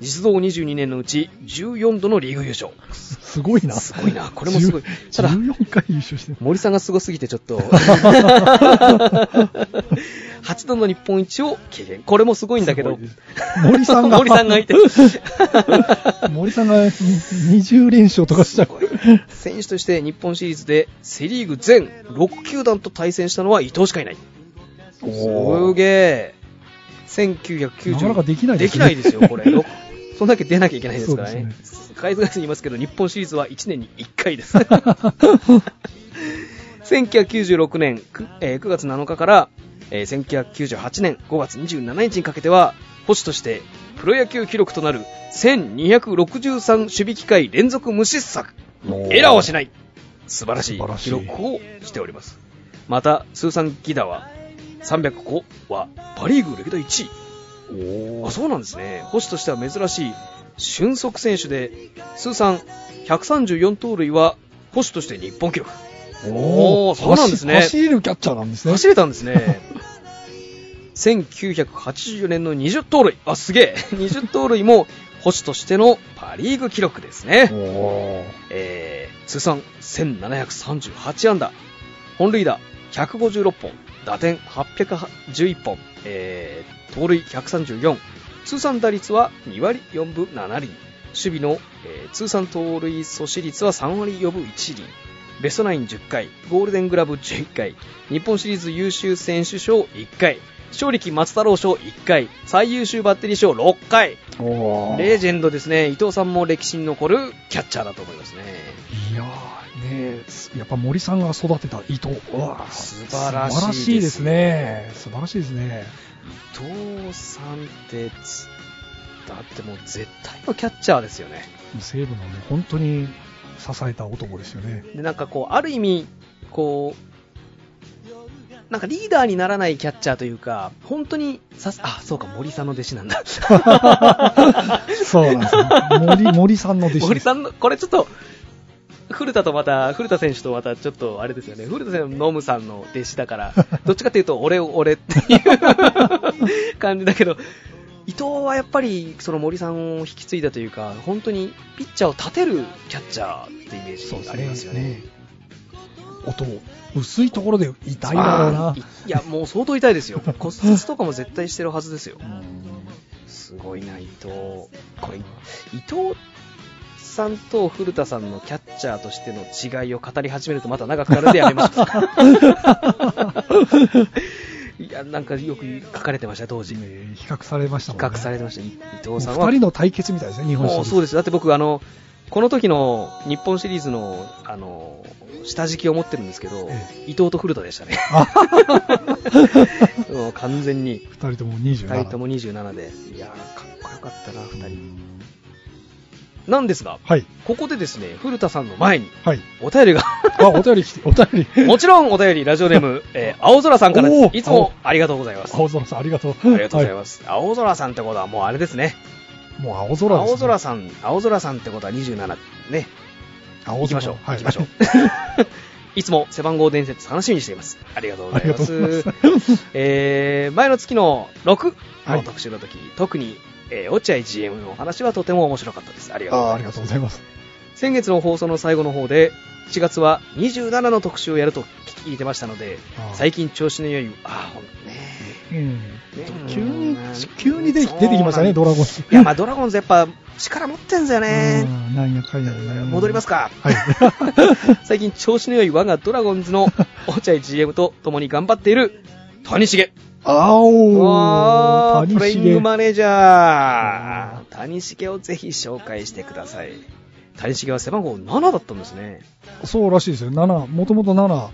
Speaker 3: 実働22年のうち14度のリーグ優勝
Speaker 2: すすごいな。
Speaker 3: すごいなこれもすごいただ
Speaker 2: 14回優勝してる。
Speaker 3: 森さんがすごすぎてちょっと8度の日本一を経験これもすごいんだけど
Speaker 2: すごいです森さんが。
Speaker 3: 森さんが いて
Speaker 2: 森さんが20連勝とかしちゃう。
Speaker 3: 選手として日本シリーズでセ・リーグ全6球団と対戦したのは伊藤しかいない
Speaker 2: おー
Speaker 3: すげえ1990
Speaker 2: なかなかできない
Speaker 3: で
Speaker 2: ですね
Speaker 3: きないですよ これろそんだけ出なきゃいけないですからね
Speaker 2: そうで
Speaker 3: 回数が言いますけど日本シリーズは1年に1回です 1996年 9,、えー9月7日から、えー1998年5月27日にかけては捕手としてプロ野球記録となる1263守備機会連続無失策エラーをし
Speaker 2: ない。
Speaker 3: ない素晴らしい
Speaker 2: 素晴らし
Speaker 3: 記
Speaker 2: い
Speaker 3: 録をしておりますまた通算犠打は300個はパ・リーグ歴代1位あそうなんですね捕手としては珍しい俊足選手で通算134盗塁は捕手として日本記録おーそうなんですね
Speaker 2: 走走れるキャッチャーなんですね。
Speaker 3: 走れたんですね 1984年の20盗塁あすげえ20盗塁も捕手としてのパ・リーグ記録ですね
Speaker 2: おー
Speaker 3: えー通算1738安打、本塁打156本、打点811本、えー盗塁134、通算打率は2割4分7厘、守備の、えー通算盗塁阻止率は3割4分1厘、ベストナイン10回、ゴールデングラブ11回、日本シリーズ優秀選手賞1回、勝力松太郎賞1回、最優秀バッテリー賞6回、
Speaker 4: お
Speaker 3: レジェンドですね、伊藤さんも歴史に残るキャッチャーだと思いますね。
Speaker 2: いやーねえやっぱ森さんが育てた伊藤うわー
Speaker 3: 素晴らし
Speaker 2: 素晴らしい
Speaker 3: いです
Speaker 2: ですね素晴らしいですね
Speaker 3: 伊藤さんってつ、だってもう絶対のキャッチャーですよね。
Speaker 2: 西武のね本当に支えた男ですよね
Speaker 3: で、なんかこう、ある意味、こう、なんかリーダーにならないキャッチャーというか、本当にさす、あ、そうか、森さんの弟子なんだ。
Speaker 2: そうなんですよ森森さんの弟子
Speaker 3: 森
Speaker 2: です
Speaker 3: さんの、これちょっと、古田とまた、古田選手とまたちょっとあれですよね、古田選手のノムさんの弟子だ から、どっちかというと、俺を俺っていう 感じだけど、伊藤はやっぱりその森さんを引き継いだというか、本当にピッチャーを立てるキャッチャーってイメージありますよね。
Speaker 2: 音薄いところで痛いだろうない
Speaker 3: や、もう相当痛 いですよ、骨折とかも絶対してるはずですよ。すごいな、伊藤。これ、伊藤さんと古田さんのキャッチャーとしての違いを語り始めるとまた長くなるんでや めましょう。いや、なんかよく書かれてました、当時。比
Speaker 2: ね比較されましたもんね
Speaker 3: 較されてました、い伊藤さん
Speaker 2: もう
Speaker 3: は。
Speaker 2: 二人の対決みたいですね日本シリー
Speaker 3: もう
Speaker 2: ズ
Speaker 3: そうです。だって僕、あの、この時の日本シリーズの、あの、下敷きを持ってるんですけど、
Speaker 2: え
Speaker 3: 伊藤と古田でし たね。もう完全に。
Speaker 2: 二人とも27
Speaker 3: 2人とも27で。いやー、かっこよかったな、2人。なんですが、
Speaker 2: はい
Speaker 3: ここでですね、古田さんの前に
Speaker 2: はい
Speaker 3: お便りが、
Speaker 2: あお便り来てお便り
Speaker 3: もちろんお便り、ラジオネー ム、えー青空さんから
Speaker 2: お
Speaker 3: です。
Speaker 2: ー
Speaker 3: いつもありがとうござい ます。あ
Speaker 2: 青空さんありがとうあ
Speaker 3: りがとうございます、青空さんってことはもうあれですね。
Speaker 2: す、もう青空です、ね、
Speaker 3: 青空さん、青空さんってことは27、ね。
Speaker 2: 青空
Speaker 3: 行きましょう。
Speaker 2: はい
Speaker 3: 行きましょう。いつも背番号伝説楽しみにしています。ありがとうご
Speaker 2: あ
Speaker 3: ざ
Speaker 2: り
Speaker 3: い
Speaker 2: が
Speaker 3: ま
Speaker 2: とうござ
Speaker 3: す
Speaker 2: い。ます
Speaker 3: えー前の月の6
Speaker 2: は
Speaker 3: の
Speaker 2: い
Speaker 3: 特集の時、特に、えー落合 GM のお話はとても面白かったです。ありがとう
Speaker 2: あー
Speaker 3: ござ
Speaker 2: あ
Speaker 3: い
Speaker 2: り
Speaker 3: ま
Speaker 2: が
Speaker 3: す
Speaker 2: とう。ございます
Speaker 3: 先月の放送の最後の方で7月は27の特集をやると聞いてましたので
Speaker 2: ああ
Speaker 3: 最近調子の良いああほんとね
Speaker 2: うん
Speaker 3: ね
Speaker 2: 急に
Speaker 3: うん
Speaker 2: 急にで
Speaker 3: そう
Speaker 2: 出てきましたね
Speaker 3: なん
Speaker 2: ドラゴン
Speaker 3: いやまあドラゴンズやっぱ力持ってんですよね
Speaker 2: うんなんやかんやでね
Speaker 3: 戻りますか
Speaker 2: はい
Speaker 3: 最近調子の良い我がドラゴンズ の落合 GM と共に頑張っている谷重
Speaker 2: あお
Speaker 3: わ
Speaker 2: ー
Speaker 3: ープレイングマネージャー谷重をぜひ紹介してください谷重は背番号7だったんですね
Speaker 2: そうらしいですよ7もともと7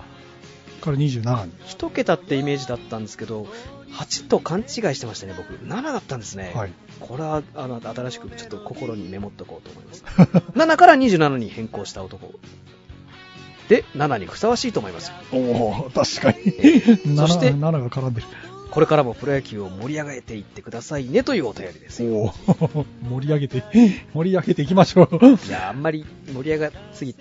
Speaker 2: から27に
Speaker 3: 1桁ってイメージだったんですけど8と勘違いしてましたね僕7だったんですね、
Speaker 2: はい
Speaker 3: これはあの新しくちょっと心にメモっとこうと思います7から27に変更した男で7にふさわしいと思います
Speaker 2: おお確かに
Speaker 3: そして
Speaker 2: 7, 7が絡んでる
Speaker 3: これからもプロ野球を盛り上げていってくださいねというお便りですよ
Speaker 2: おお盛り上げて盛り上げていきましょう
Speaker 3: いやあんまり盛り上がすぎ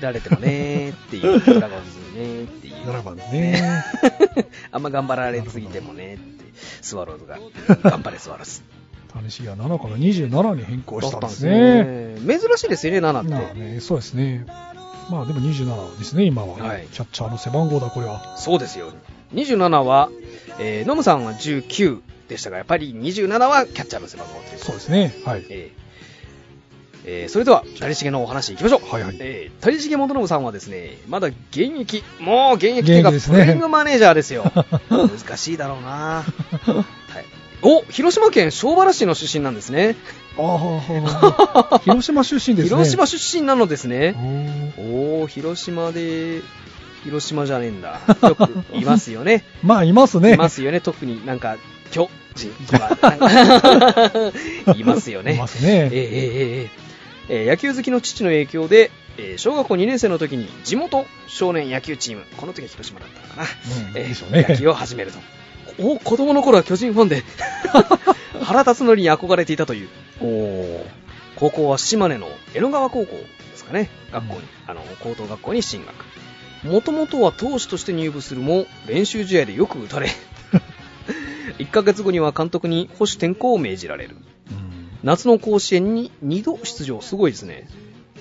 Speaker 3: られてもねーって いうドラゴンズねーっていう
Speaker 2: 7番ね
Speaker 3: あんま頑張られすぎてもねーってスワロ ーズが頑張れスワローズ
Speaker 2: 試しが7から27に変更したんです
Speaker 3: だった
Speaker 2: ね
Speaker 3: んですね珍しいですよね、7
Speaker 2: まあ
Speaker 3: って。
Speaker 2: ねそうですねまあでも27ですね今は、
Speaker 3: はい
Speaker 2: キャッチャーの背番号だこれは
Speaker 3: そうですよ。27は、えーノムさんは19でしたが、やっぱり27はキャッチャーの背番号ということ
Speaker 2: そうですねはい
Speaker 3: えーえーそれでは、谷重のお話いきましょう。
Speaker 2: はいはい
Speaker 3: えー谷重元信さんはですね、まだ現役、もう現役という
Speaker 2: 現
Speaker 3: か、
Speaker 2: 役です
Speaker 3: プ
Speaker 2: ね
Speaker 3: レイングマネージャーで すよ。難しいだろうな、はい、お広島県庄原市の出身なんですね。
Speaker 2: ああ広島出身ですね
Speaker 3: 広島出身なのですね。
Speaker 2: おー
Speaker 3: おお広島で広島じゃねえんだよくいますよね
Speaker 2: まあいます ね
Speaker 3: いますよね特になんか 巨人とかなんか いますよね
Speaker 2: いますね
Speaker 3: えええええええー野球好きの父の影響で、えー小学校2年生の時に地元少年野球チームこの時は広島だったのかな、
Speaker 2: うん
Speaker 3: えー
Speaker 2: でしょうね
Speaker 3: 野球を始めるとお子供の頃は巨人ファンで 原辰徳に憧れていたという高校は島根の江ノ川高校ですかね学校に、
Speaker 2: うん
Speaker 3: あの高等学校に進学もともとは投手として入部するも練習試合でよく 打たれ1ヶ月後には監督に保守転向を命じられる
Speaker 2: うん
Speaker 3: 夏の甲子園に2度出場すごいですね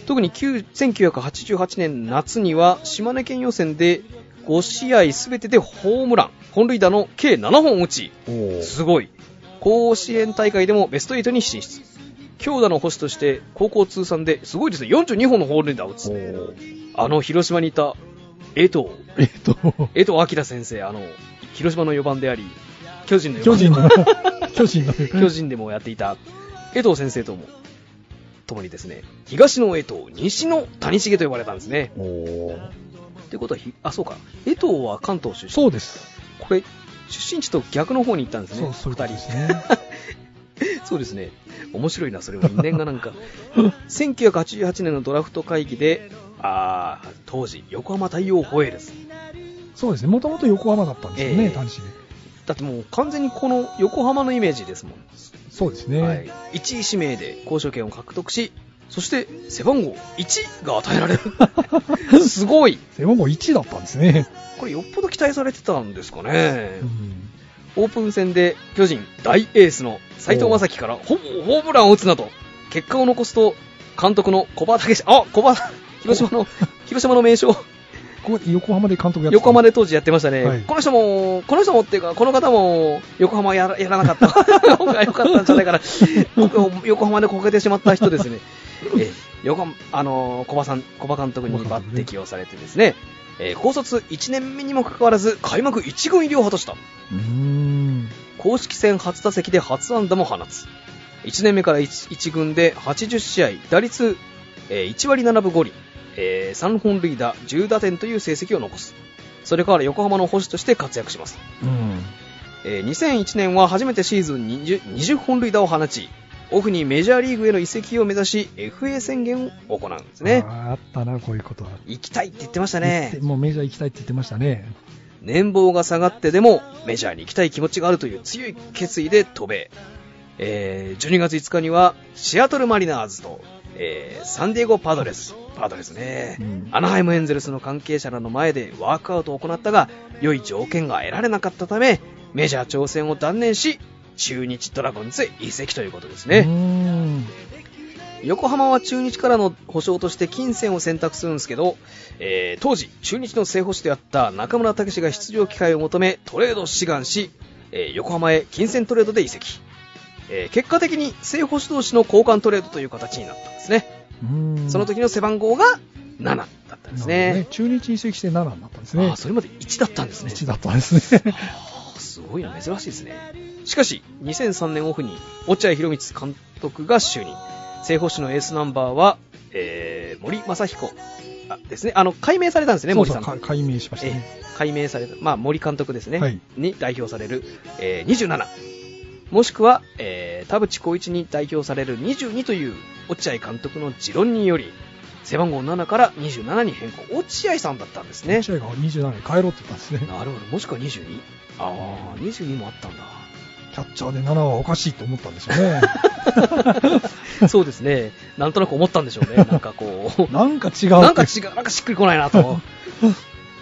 Speaker 3: 特に9 1988年夏には島根県予選で5試合すべてでホームラン、本塁打の計7本打ち、
Speaker 2: おー
Speaker 3: すごい。甲子園大会でもベスト8に進出。強打の星として高校通算ですごいですね、42本のホームラン打
Speaker 2: お
Speaker 3: つ。
Speaker 2: ー
Speaker 3: あの広島にいた江藤、
Speaker 2: えっと、
Speaker 3: 江藤明先生、あの広島の4番であり、巨人の4
Speaker 2: 巨
Speaker 3: 番
Speaker 2: 人の、巨人の、
Speaker 3: 巨人でもやっていた江藤先生とも、ともにですね、東の江藤、西の谷重と呼ばれたんですね。
Speaker 2: おー
Speaker 3: ということはひ、あ、そうか、江藤は関東出身。
Speaker 2: そうです。
Speaker 3: これ、出身地と逆の方に行ったんですね、
Speaker 2: そう、そういうこと
Speaker 3: 二
Speaker 2: で
Speaker 3: 人
Speaker 2: すね。
Speaker 3: そうですね。面白いな、それも因縁がなん か。1988年のドラフト会議で、あー当時、横浜太陽ホエールズ。
Speaker 2: そうですね。もともと横浜だったんですよ
Speaker 3: ええ
Speaker 2: ね、単身。
Speaker 3: だってもう完全にこの横浜のイメージですもん。
Speaker 2: そうです
Speaker 3: は
Speaker 2: ね
Speaker 3: い。、1位指名で交渉権を獲得し、そして背番号1が与えられる。 すごい。
Speaker 2: 背番号1だったんですね。
Speaker 3: これよっぽど期待されてたんですかね
Speaker 2: う。ん
Speaker 3: オープン戦で巨人大エースの斎藤正樹からほぼホームランを打つなど、結果を残すと、監督の小葉武史、あ、小葉、広島の、広島の名将、
Speaker 2: ここ横浜で監督やってた
Speaker 3: 横浜で当時やってましたね。
Speaker 2: はい
Speaker 3: この人も、この人もっていうか、この方も、横浜やらやらなかった。 方が良かったんじゃないかな。ここ横浜でこけてしまった人で すね。えー横浜、あのー小葉さん、小葉監督に抜擢をされてですね、えー高卒1年目にもかかわらず、開幕1軍入りを果たした。
Speaker 2: うーん。
Speaker 3: 公式戦初打席で初安打も放つ1年目から 1, 軍で80試合打率、えー1割7分5厘、え3本塁打10打点という成績を残すそれから横浜の星として活躍します、
Speaker 2: うん。
Speaker 3: えー2001年は初めてシーズン 20, 20本塁打を放ちオフにメジャーリーグへの移籍を目指し FA 宣言を行うんですね
Speaker 2: あーあったな、こういうことは。
Speaker 3: 行きたいって言ってました
Speaker 2: 言って
Speaker 3: ね
Speaker 2: もうメジャー行きたいって言ってましたね。
Speaker 3: 年俸が下がってでもメジャーに行きたい気持ちがあるという強い決意で渡米、えー12月5日にはシアトルマリナーズと、えーサンディエゴパドレスパドレスね、
Speaker 2: うん
Speaker 3: アナハイムエンゼルスの関係者らの前でワークアウトを行ったが良い条件が得られなかったためメジャー挑戦を断念し中日ドラゴンズへ移籍ということですね、
Speaker 2: うーん。
Speaker 3: 横浜は中日からの保証として金銭を選択するんですけど、えー当時中日の正捕手であった中村武が出場機会を求めトレードを志願し、えー横浜へ金銭トレードで移籍、えー結果的に正捕手同士の交換トレードという形になったんですね、
Speaker 2: うーん
Speaker 3: その時の背番号が7だったんで
Speaker 2: な
Speaker 3: す
Speaker 2: る
Speaker 3: ね
Speaker 2: ほど中日移籍して7になったんです
Speaker 3: あ
Speaker 2: ね
Speaker 3: あ。それまで1だったんですね
Speaker 2: 1だったんですね。
Speaker 3: あすごいな、珍しいですね。しかし、2003年オフに、落合博満監督が就任。正捕手のエースナンバーは、えー、森正彦。あ、ですね。あの、改名され たんですね、
Speaker 2: そう
Speaker 3: 森
Speaker 2: そ
Speaker 3: さ。
Speaker 2: うんか解明しました
Speaker 3: え
Speaker 2: ね。
Speaker 3: ー改名された。まあ、森監督ですね。
Speaker 2: はい
Speaker 3: に代表される、えー、27。もしくは、えー、田淵光一に代表される22という、落合監督の持論により、背番号7から27に変更。落合さんだったんですね。
Speaker 2: 落合が27に帰ろうって言ったんですね。
Speaker 3: なるほど。もしくは 22? ああ、22もあったんだ。
Speaker 2: キャッチャーで7はおかしいと思ったんでしょうね。
Speaker 3: そうですね。なんとなく思ったんでしょ うね。なんかこう。
Speaker 2: なんか違う。
Speaker 3: なんか違う、なんかしっくりこないな と。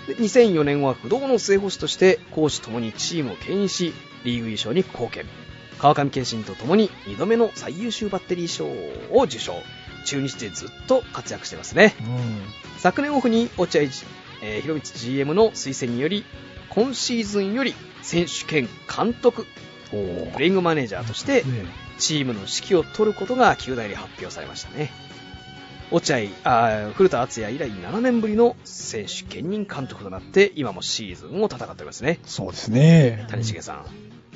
Speaker 3: で2004年は不動の正捕手として、攻守ともにチームを牽引し、リーグ優勝に貢献。川上健信とともに2度目の最優秀バッテリー賞を受賞。中日でずっと活躍してますね。
Speaker 2: うん。
Speaker 3: 昨年オフに落合、えー、広光 GM の推薦により、今シーズンより選手兼監督、
Speaker 2: お
Speaker 3: プ
Speaker 2: ー
Speaker 3: レイングマネージャーとして、
Speaker 2: ね
Speaker 3: チームの指揮を取ることが球団に発表されましたね落合あー古田敦也以来7年ぶりの選手兼任監督となって今もシーズンを戦っておりますね
Speaker 2: そうですね。
Speaker 3: 谷重さん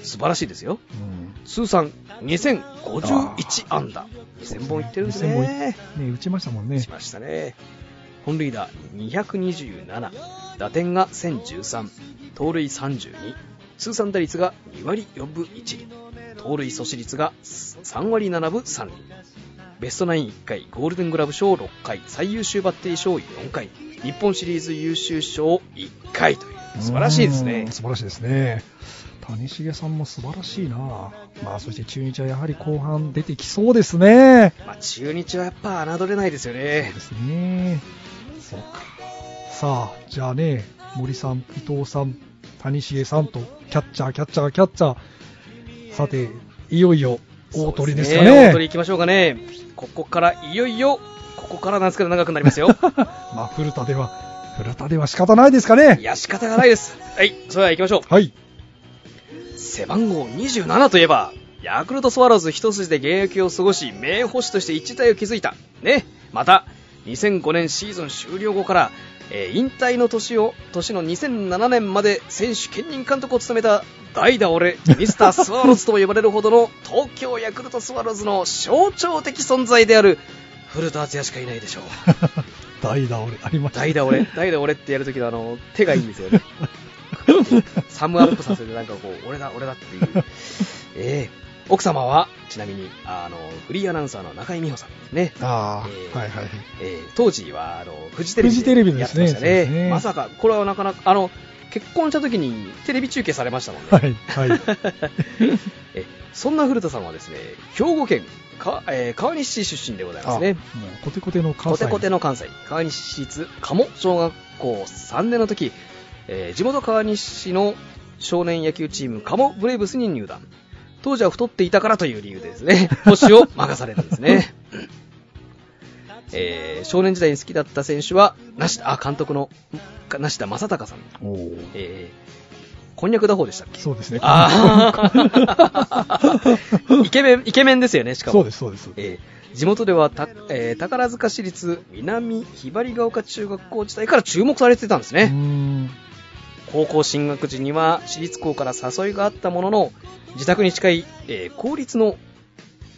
Speaker 3: 素晴らしいですよ
Speaker 2: うん。
Speaker 3: 通算2051安打2000本いってるんです
Speaker 2: 2000本い
Speaker 3: ね
Speaker 2: ね打ちましたもんね
Speaker 3: し。ましたね本塁打227打点が1013盗塁32通算打率が2割4分1厘盗塁阻止率が3割7分3厘ベストナイン1回ゴールデングラブ賞6回最優秀バッテリー賞4回日本シリーズ優秀賞1回という素晴らしいですね
Speaker 2: うん素晴らしいですね。谷重さんも素晴らしいな。まあ、そして中日はやはり後半出てきそうですね。
Speaker 3: まあ、中日はやっぱ侮れないですよ
Speaker 2: そう
Speaker 3: ね
Speaker 2: ですね。そうか。さあ、じゃあね、森さん、伊藤さん、谷重さんと、キャッチャー、キャッチャー、キャッチャー。さて、いよいよ、大鳥ですか
Speaker 3: そう
Speaker 2: ね。
Speaker 3: 大 鳥行きましょうかね ここからいよいよここからなんですけど長くなりますよ
Speaker 2: まあ、古田では、
Speaker 4: 古田では仕方ないですかね
Speaker 3: いや、仕方がないです。はい、それでは行きましょ
Speaker 4: はい。
Speaker 3: う。背番号27といえば、ヤクルトスワローズ一筋で現役を過ごし、名捕手として一時代を築いた。ね。また、2005年シーズン終了後から、えー引退の年を、年の2007年まで選手兼任監督を務めた、代打俺、ミスタースワローズと呼ばれるほどの、東京ヤクルトスワローズの象徴的存在である、古田敦也しかいないでしょう。
Speaker 4: 代打俺、ありました。
Speaker 3: 代 打俺、代打俺ってやるときのあの、手がいいんですよね。サムアップさせてなんかこう、俺だ、俺だっていう。ええ奥様は、ちなみに、あの、フリーアナウンサーの中井美穂さんですね。
Speaker 4: あ
Speaker 3: えー
Speaker 4: あ、はいはい。
Speaker 3: えー当時は、あの、フジテレビ
Speaker 4: フジテレビ
Speaker 3: で
Speaker 4: で
Speaker 3: やって
Speaker 4: す
Speaker 3: ま
Speaker 4: ね
Speaker 3: した
Speaker 4: そう
Speaker 3: ね。
Speaker 4: ですね
Speaker 3: まさか、これはなかなか、あの、結婚した時にテレビ中継されましたもんね。
Speaker 4: はいはい。
Speaker 3: えそんな古田さんはですね、兵庫県か、えー川西市出身でございますね。
Speaker 4: あもうコテコテの関
Speaker 3: コ
Speaker 4: 西。
Speaker 3: テコテの関西川西市立鴨小学校3年の時、えー地元川西市の少年野球チーム鴨ブレイブスに入団当時は太っていたからという理由でですね星を任されたんですね、えー少年時代に好きだった選手は梨田あ監督のか梨田正隆さん、
Speaker 4: おお。
Speaker 3: えーこんにゃく打法でしたっけ
Speaker 4: そうですね。
Speaker 3: あー イケメンイケメンですよねしかも
Speaker 4: そうですそうです。
Speaker 3: えー地元ではた、えー宝塚市立南ひばりが丘中学校時代から注目されてたんです
Speaker 4: うー
Speaker 3: ね、
Speaker 4: ん。
Speaker 3: 高校進学時には私立校から誘いがあったものの自宅に近い、えー公立の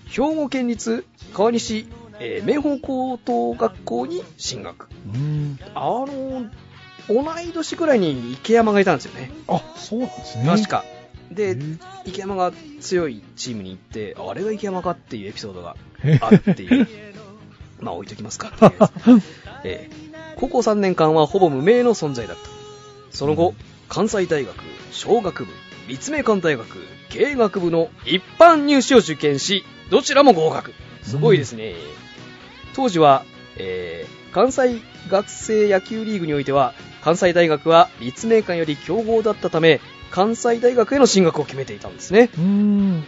Speaker 3: 兵庫県立川西、えー明豊高等学校に進学
Speaker 4: うーん。
Speaker 3: あのー同い年ぐらいに池山がいたんですよね
Speaker 4: あ、そうなんですね。
Speaker 3: 確。かで、
Speaker 4: うん
Speaker 3: 池山が強いチームに行ってあれが池山かっていうエピソードがあっていうまあ置いと きますかっていうやつえー高校3年間はほぼ無名の存在だったその後、関西大学商学部立命館大学経営学部の一般入試を受験しどちらも合格すごいですね、当時は、えー関西学生野球リーグにおいては関西大学は立命館より強豪だったため関西大学への進学を決めていたんですね
Speaker 4: うーん。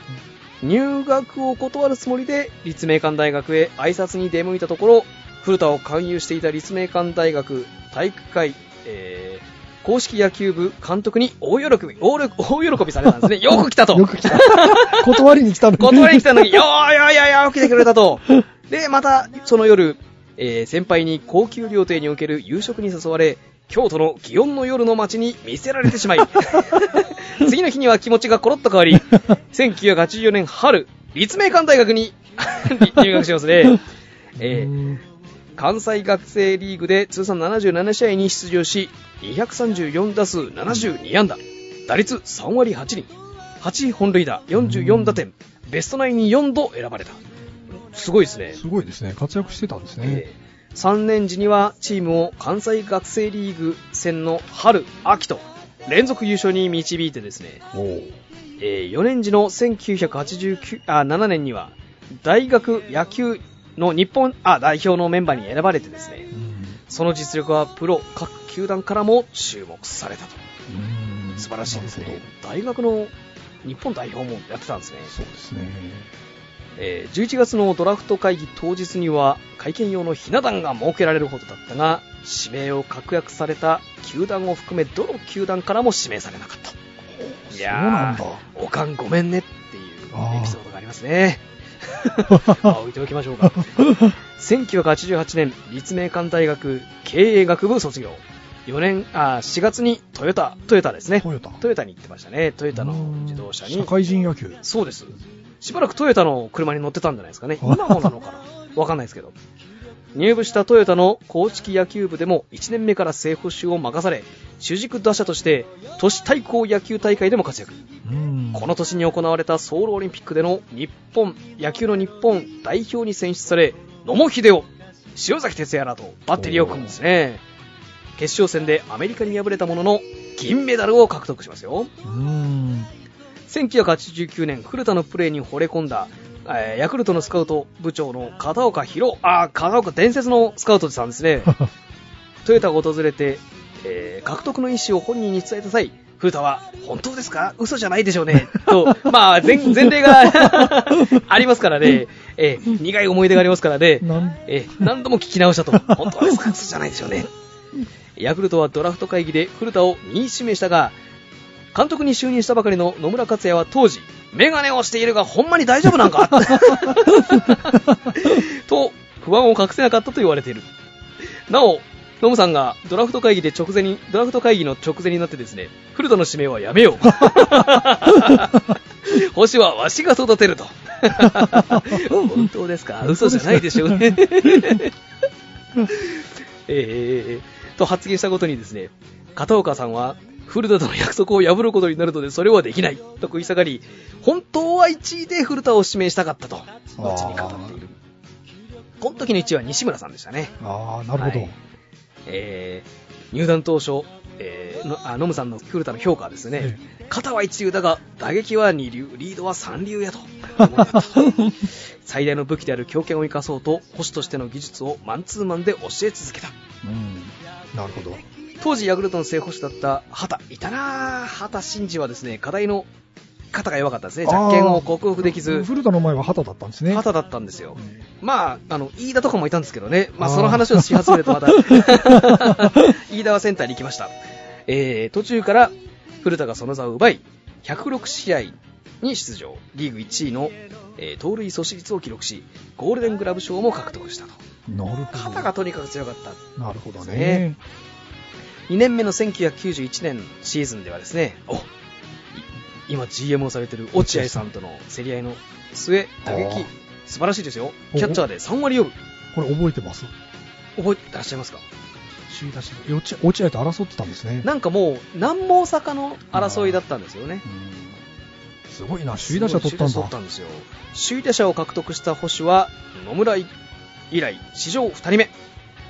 Speaker 3: 入学を断るつもりで立命館大学へ挨拶に出向いたところ古田を勧誘していた立命館大学体育会、えー公式野球部監督に大喜び大喜大喜びされたんですねよく来たと
Speaker 4: よく来た。断りに来たのに。
Speaker 3: 断りに来たのに、よーよーよーよー来てくれたと。で、また、その夜、えー先輩に高級料亭における夕食に誘われ、京都の祇園の夜の街に見せられてしまい、次の日には気持ちがコロッと変わり、1984年春、立命館大学に入学しますね。えー
Speaker 4: うん
Speaker 3: 関西学生リーグで通算77試合に出場し234打数72安打打率3割8厘8本塁打44打点ベストナインに4度選ばれたすごいですね
Speaker 4: すごいですね。活躍してたんですね。
Speaker 3: えー3年時にはチームを関西学生リーグ戦の春秋と連続優勝に導いてですね
Speaker 4: おー
Speaker 3: え4年時の1987年には大学野球の日本あ代表のメンバーに選ばれてですね
Speaker 4: うん
Speaker 3: その実力はプロ各球団からも注目されたと
Speaker 4: うん
Speaker 3: 素晴らしいです
Speaker 4: なる
Speaker 3: ね
Speaker 4: ほど
Speaker 3: 大学の日本代表もやってたんですね、
Speaker 4: そうですね。
Speaker 3: えー11月のドラフト会議当日には会見用のひな壇が設けられるほどだったが指名を確約された球団を含めどの球団からも指名されなかったい
Speaker 4: そうなん
Speaker 3: や
Speaker 4: だ。
Speaker 3: ーおかんごめんねっていうエピソードがありますねまあ置いておきましょうか1988年立命館大学経営学部卒業4年あ4月にトヨタトヨタですね
Speaker 4: トヨタ
Speaker 3: トヨタに行ってましたねトヨタの自動車に
Speaker 4: 社会人野球。
Speaker 3: そうですしばらくトヨタの車に乗ってたんじゃないですかね 今もなのかなわかんないですけど入部したトヨタの公式野球部でも1年目から正捕手を任され主軸打者として都市対抗野球大会でも活躍
Speaker 4: うん
Speaker 3: この年に行われたソウルオリンピックでの日本野球の日本代表に選出され野茂英雄、塩崎哲也らとバッテリーを組むんですね決勝戦でアメリカに敗れたものの銀メダルを獲得しますよ
Speaker 4: うん。
Speaker 3: 1989年古田のプレーに惚れ込んだ、えーヤクルトのスカウト部長の片岡博あー片岡伝説のスカウトさんですねトヨタを訪れて、えー獲得の意思を本人に伝えた際、古田は、本当ですか嘘じゃないでしょうね。と、 まあ、前前例が ありますからね、えー苦い思い出がありますからね、
Speaker 4: なん
Speaker 3: えー何度も聞き直したと、本当ですか嘘じゃないでしょうね。ヤクルトはドラフト会議で古田を2位指名したが、監督に就任したばかりの野村克也は当時、メガネをしているがほんまに大丈夫なんか と、不安を隠せなかったと言われている。なお、ノムさんがドラフト会議で直前に、ドラフト会議の直前になってですね、古田の指名はやめよう。星はわしが育てると。本当ですか嘘じゃないでしょうね。 えー、と発言したことにですね、片岡さんは、古田との約束を破ることになるのでそれはできないと食い下がり、本当は1位で古田を指名したかったと、後に語っている。この時の1位は西村さんでしたね。
Speaker 4: ああ、なるほど。
Speaker 3: はいえー入団当初、えーのあノムさんの古田の評価ですね、肩は一流だが打撃は二流リードは三流やと最大の武器である強肩を生かそうと保守としての技術をマンツーマンで教え続けた
Speaker 4: うん。なるほど。
Speaker 3: 当時ヤクルトの正捕手だった畑いたなぁ畑真二はですね課題の肩が弱かったですね弱点を克服できず
Speaker 4: 古田の前は旗だったんですね。
Speaker 3: 畑だったんですよ
Speaker 4: う、ん
Speaker 3: まあ、あの、飯田とかもいたんですけどね。まあ、
Speaker 4: あー
Speaker 3: その話をし始めるとまた、 飯田はセンターに行きました。えー、途中から古田がその座を奪い、106試合に出場。リーグ1位の、えー盗塁阻止率を記録し、ゴールデングラブ賞も獲得したと。
Speaker 4: なるほ
Speaker 3: 肩がとにかく強かった。
Speaker 4: ど。なるほど
Speaker 3: ね
Speaker 4: ね。
Speaker 3: 2年目の1991年シーズンではですね、おい今 GM をされてる落合さんとの競り合いの末、打
Speaker 4: あ
Speaker 3: 撃
Speaker 4: ー、
Speaker 3: 素晴らしいですよ。キャッチャーで3割4分。
Speaker 4: これ覚えてます
Speaker 3: 覚えてらっしゃいますか
Speaker 4: 首位出しで落ち落合と争ってたんですね。
Speaker 3: なんかもう南毛坂の争いだったんですよね
Speaker 4: うんすごいな、首位打者取ったん
Speaker 3: 首位打者取
Speaker 4: だ
Speaker 3: った。んですよ首位打者を獲得した捕手は野村以来史上2人目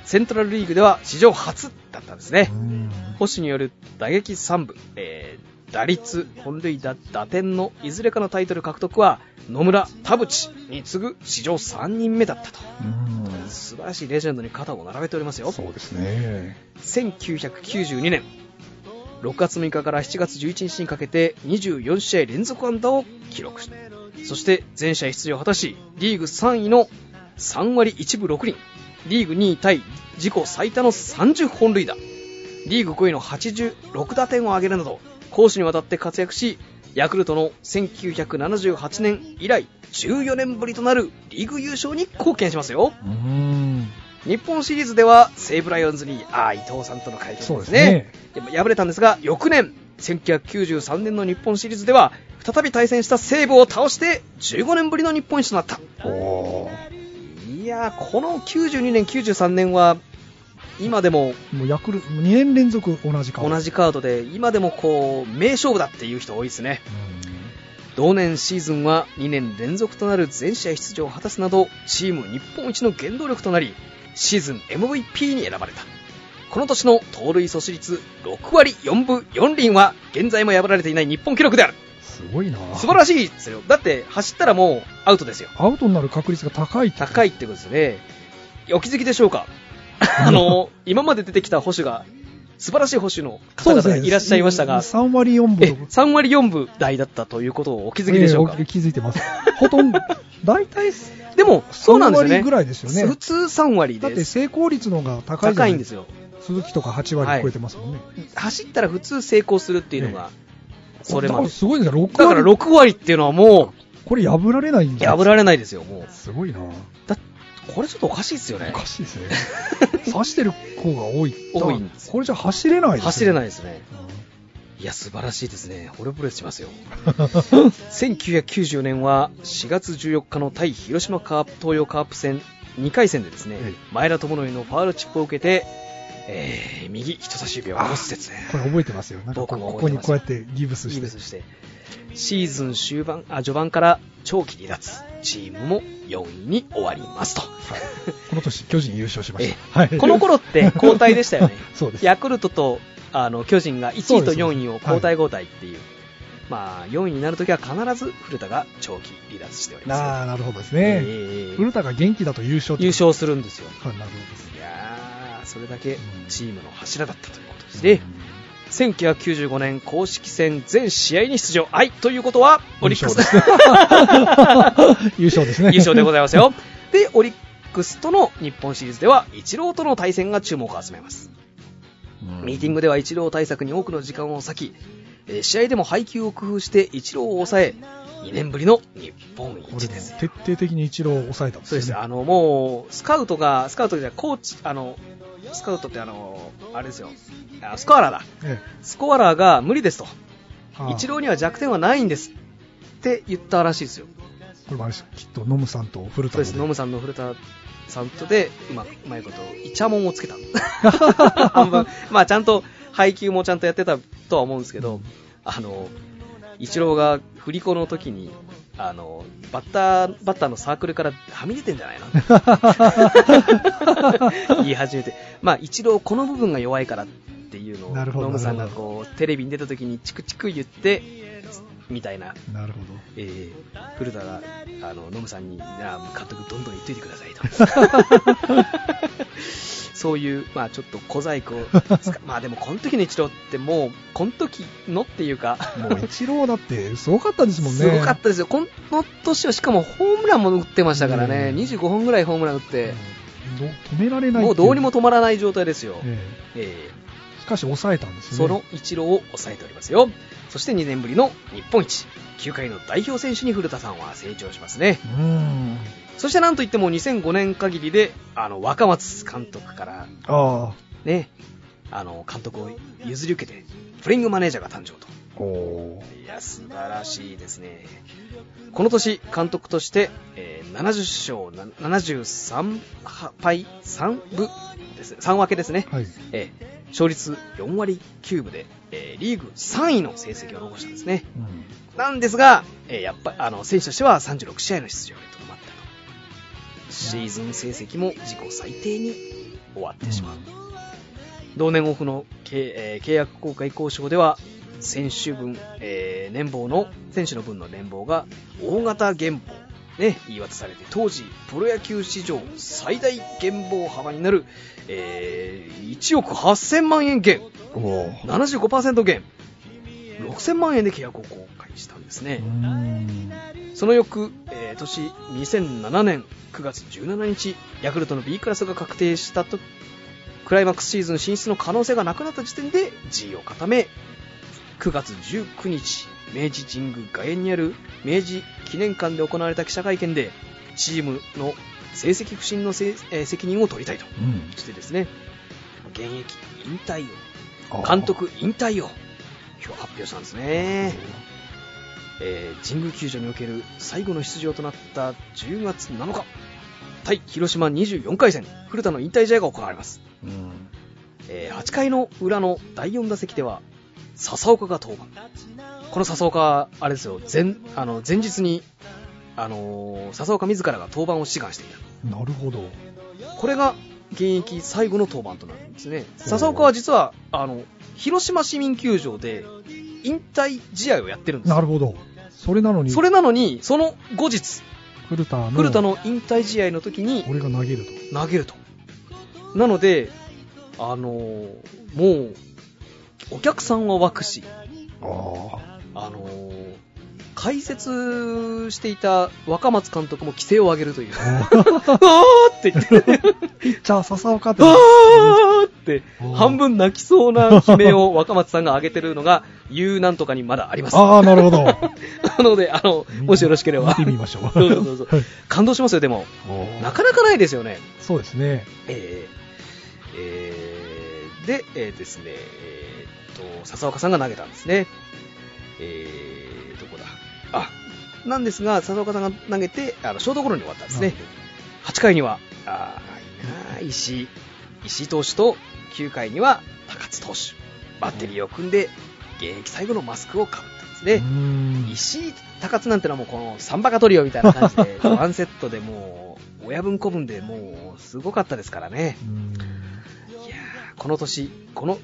Speaker 3: セントラルリーグでは史上初だったんですね
Speaker 4: うん
Speaker 3: 捕手による打撃3部、えー打率本塁打打点のいずれかのタイトル獲得は野村田淵に次ぐ史上3人目だったと
Speaker 4: うん
Speaker 3: 素晴らしいレジェンドに肩を並べておりますよ
Speaker 4: そうですね。
Speaker 3: 1992年6月6日から7月11日にかけて24試合連続安打を記録しそして全試合出場を果たしリーグ3位の3割1分6厘リーグ2位タイ自己最多の30本塁打リーグ5位の86打点を挙げるなど攻守にわたって活躍しヤクルトの1978年以来14年ぶりとなるリーグ優勝に貢献しますよ
Speaker 4: うん
Speaker 3: 日本シリーズでは西武ライオンズにあー伊藤さんとの会見です
Speaker 4: そう
Speaker 3: ね
Speaker 4: ですね。
Speaker 3: でも敗れたんですが翌年1993年の日本シリーズでは再び対戦した西武を倒して15年ぶりの日本一となった
Speaker 4: おー
Speaker 3: いやーこの92年93年は今でも
Speaker 4: もうヤクルト、2年連続同じか。
Speaker 3: 同
Speaker 4: じ。
Speaker 3: じカードで今でもこう名勝負だっていう人多いですね同年シーズンは2年連続となる全試合出場を果たすなどチーム日本一の原動力となりシーズン MVP に選ばれたこの年の盗塁阻止率6割4分4厘は現在も破られていない日本記録である
Speaker 4: すごいな。
Speaker 3: 素晴らしいですよだって走ったらもうアウトですよ
Speaker 4: アウトになる確率が高いってこと
Speaker 3: 高いってことですねお気づきでしょうかあの今まで出てきた捕手が素晴らしい捕手の方々がいらっしゃいましたが、
Speaker 4: 3割4
Speaker 3: え
Speaker 4: 分。
Speaker 3: 3割4分台だったということをお気づきでしょうか、
Speaker 4: ええお気づいてます。ほとんど、大体
Speaker 3: でも、そうなんですよ
Speaker 4: 3
Speaker 3: ね。
Speaker 4: 割ぐらいですよね
Speaker 3: 普通3割
Speaker 4: だっ
Speaker 3: で
Speaker 4: て
Speaker 3: す。
Speaker 4: 成功率の方が高いじゃ
Speaker 3: 高
Speaker 4: ない
Speaker 3: んですよ。
Speaker 4: 鈴木とか8割超えてますもんね。
Speaker 3: 走ったら普通成功するっていうのが、それ
Speaker 4: だ
Speaker 3: ま
Speaker 4: から
Speaker 3: です
Speaker 4: ごいですね、6
Speaker 3: だか
Speaker 4: 割。
Speaker 3: ら6割っていうのはも
Speaker 4: これ破られないん
Speaker 3: う、
Speaker 4: だ。
Speaker 3: 破られないですよ、もう。
Speaker 4: すごいな。
Speaker 3: だこれちょっとおかしいですよね
Speaker 4: お。かしいですね。 刺してる方が多い。
Speaker 3: 多いんですよ
Speaker 4: これじゃ走れないですね
Speaker 3: 走れないですね。
Speaker 4: う
Speaker 3: いや、素晴らしいですね。惚れ惚れ しますよ。1994年は4月14日の対広島カープ東洋カープ戦2回戦でですね、
Speaker 4: え
Speaker 3: 前田智則のファールチップを受けて、えー右人差し指を骨折ですね
Speaker 4: ん。これ覚えてますよ。なんかこ
Speaker 3: 僕も
Speaker 4: こ
Speaker 3: 覚
Speaker 4: こ
Speaker 3: えて
Speaker 4: にこうや
Speaker 3: ます
Speaker 4: ってギブス
Speaker 3: ギ
Speaker 4: し
Speaker 3: ブ
Speaker 4: て。
Speaker 3: スしてシーズン終盤あ序盤から長期離脱チームも4位に終わりますと、
Speaker 4: この年、巨人優勝しま
Speaker 3: え
Speaker 4: した。はい
Speaker 3: この 頃って交代でしたよね
Speaker 4: そうです。
Speaker 3: ヤクルトとあの巨人が1位と
Speaker 4: そうです
Speaker 3: 4位を交代交代っていうまあ4位になるときは必ず古田が長期離脱しております
Speaker 4: ああ、なるほどですね。
Speaker 3: ええ
Speaker 4: 古田が元気だと優勝って
Speaker 3: 優勝するんですよ
Speaker 4: はいなるほどです
Speaker 3: いやーそれだけチームの柱だったということですね、
Speaker 4: ね。
Speaker 3: 1995年公式戦全試合に出場はいということはオリックスだ
Speaker 4: 優 勝ですね。
Speaker 3: 優勝でございますよ。で、オリックスとの日本シリーズでは、イチローとの対戦が注目を集めます。
Speaker 2: うん
Speaker 3: ミーティングではイチロー対策に多くの時間を割き、えー試合でも配球を工夫してイチローを抑え、2年ぶりの日本
Speaker 2: これ
Speaker 3: 一
Speaker 2: も
Speaker 3: ですよ。
Speaker 2: 徹底的に一郎を抑えたんで
Speaker 3: そうですす、
Speaker 2: よね。
Speaker 3: あの、もう、スカウトが、スカウトじゃない、コーチ、あの、スカウトってあの、あれですよ、あスコアラーだ。
Speaker 2: え
Speaker 3: スコアラーが無理ですと。
Speaker 2: え
Speaker 3: 一郎には弱点はないんですって言ったらしいですよ。
Speaker 2: これもあれですよきっとノムさんと古田
Speaker 3: そう
Speaker 2: の
Speaker 3: です、ノムさんの古田さんとで、うまうまいこと、イチャモン をつけた。半分。まあ、ちゃんと、配球もちゃんとやってたとは思うんですけど、あの、イチローが振り子の時に、あの、バッター、バッターのサークルからはみ出てんじゃない の言い始めて。まあ、イチローこの部分が弱いからっていうのを、
Speaker 2: なるほど
Speaker 3: ノムさんが
Speaker 2: なるほ
Speaker 3: こう、テレビに出た時にチクチク言って、みたいな
Speaker 2: なるほど。
Speaker 3: えー、古田があのノムさんにじゃあ監督、どんどん言っといてくださいと そういう、まあ、ちょっと小細工を使うまあでもこの時のイチローってもうこの時のっていうか
Speaker 2: もう一郎だってすごかったですもんね。
Speaker 3: すごかったですよ、この年はしかもホームランも打ってましたからね、
Speaker 2: うん
Speaker 3: 25本ぐらいホームラン打っ
Speaker 2: う
Speaker 3: て
Speaker 2: ん、ど止められないってい
Speaker 3: もうどうにも止まらない状態ですよ。
Speaker 2: え
Speaker 3: えー
Speaker 2: えしかし抑えたんですね。
Speaker 3: その一郎を抑えておりますよ。そして2年ぶりの日本一、球界の代表選手に古田さんは成長しますね。
Speaker 2: うん。
Speaker 3: そしてなんといっても2005年限りで、あの、若松監督から
Speaker 2: あ
Speaker 3: ね、あの、監督を譲り受けて、プレイングマネージャーが誕生と。
Speaker 2: あ。お
Speaker 3: いや、素晴らしいですね。この年、監督として、えー70勝な73敗3分です、3分けですね。
Speaker 2: はい。
Speaker 3: えー勝率4割9分で、えーリーグ3位の成績を残したんですね。
Speaker 2: うん
Speaker 3: なんですが、えーやっぱあの選手としては36試合の出場にとどまったと。シーズン成績も自己最低に終わってしまう。同年オフの契,、えー契約更改交渉では、選手分、えー年俸の、選手の分の年俸が大型減俸、ね、言い渡されて、当時、プロ野球史上最大減俸幅になる、えー1億8000万円減、
Speaker 2: おお。
Speaker 3: 75%減、6000万円で契約を更改したんですね。
Speaker 2: うん。
Speaker 3: その翌、えー年2007年9月17日、ヤクルトの B クラスが確定したと、クライマックスシーズン進出の可能性がなくなった時点で G を固め、9月19日、明治神宮外苑にある明治記念館で行われた記者会見で、チームの成績不振のせい、えー責任を取りたいと
Speaker 2: うん
Speaker 3: してですね、現役引退を、
Speaker 2: ああ
Speaker 3: 監督引退を、今日発表したんですね。えー神宮球場における最後の出場となった10月7日対広島24回戦古田の引退試合が行われます、
Speaker 2: うん。
Speaker 3: えー8回の裏の第4打席では笹岡が登板この笹岡はあれですよ前あの前日に、あのー笹岡自らが登板を志願してい
Speaker 2: なるほど。
Speaker 3: たこれが現役最後の登板となるんですね笹岡は実はあの広島市民球場で引退試合をやってるんですよ
Speaker 2: なるほど。それなのに、
Speaker 3: それなのにその後日
Speaker 2: 古田の、
Speaker 3: 古田の引退試合の時に
Speaker 2: 俺が投げると。
Speaker 3: 投げると。なので、あのーもう、お客さんは湧くし、
Speaker 2: あ
Speaker 3: あのー解説していた若松監督も規制を上げ るという。あーって言って、
Speaker 2: あ。ピッチャー笹岡って。
Speaker 3: あーって、半分泣きそうな悲鳴を若松さんが上げてるのが、言うなんとかにまだあります。
Speaker 2: ああ、なるほど。
Speaker 3: なので、あの、 もしよろしければ。
Speaker 2: 見てみまし ょう。
Speaker 3: どうぞどうぞ
Speaker 2: はい
Speaker 3: 感動しますよ、でも。
Speaker 2: おー
Speaker 3: なかなかないですよね。
Speaker 2: そうですね。
Speaker 3: えーえーで、えーですね、えーっと、笹岡さんが投げたんですね。えー、どこだあ、なんですが、笹岡さんが投げて、あの、ショートゴロに終わったんですね。8回には、あーいいなあ石井、石井投手と、9回には高津投手。バッテリーを組んで、現役最後のマスクをかぶったんですね。
Speaker 2: うーん
Speaker 3: 石井高津なんてのはもうこのサンバカトリオみたいな感じで、ワンセットでもう、親分子分でもう、すごかったですからね。
Speaker 2: うん
Speaker 3: いやーこの年、この、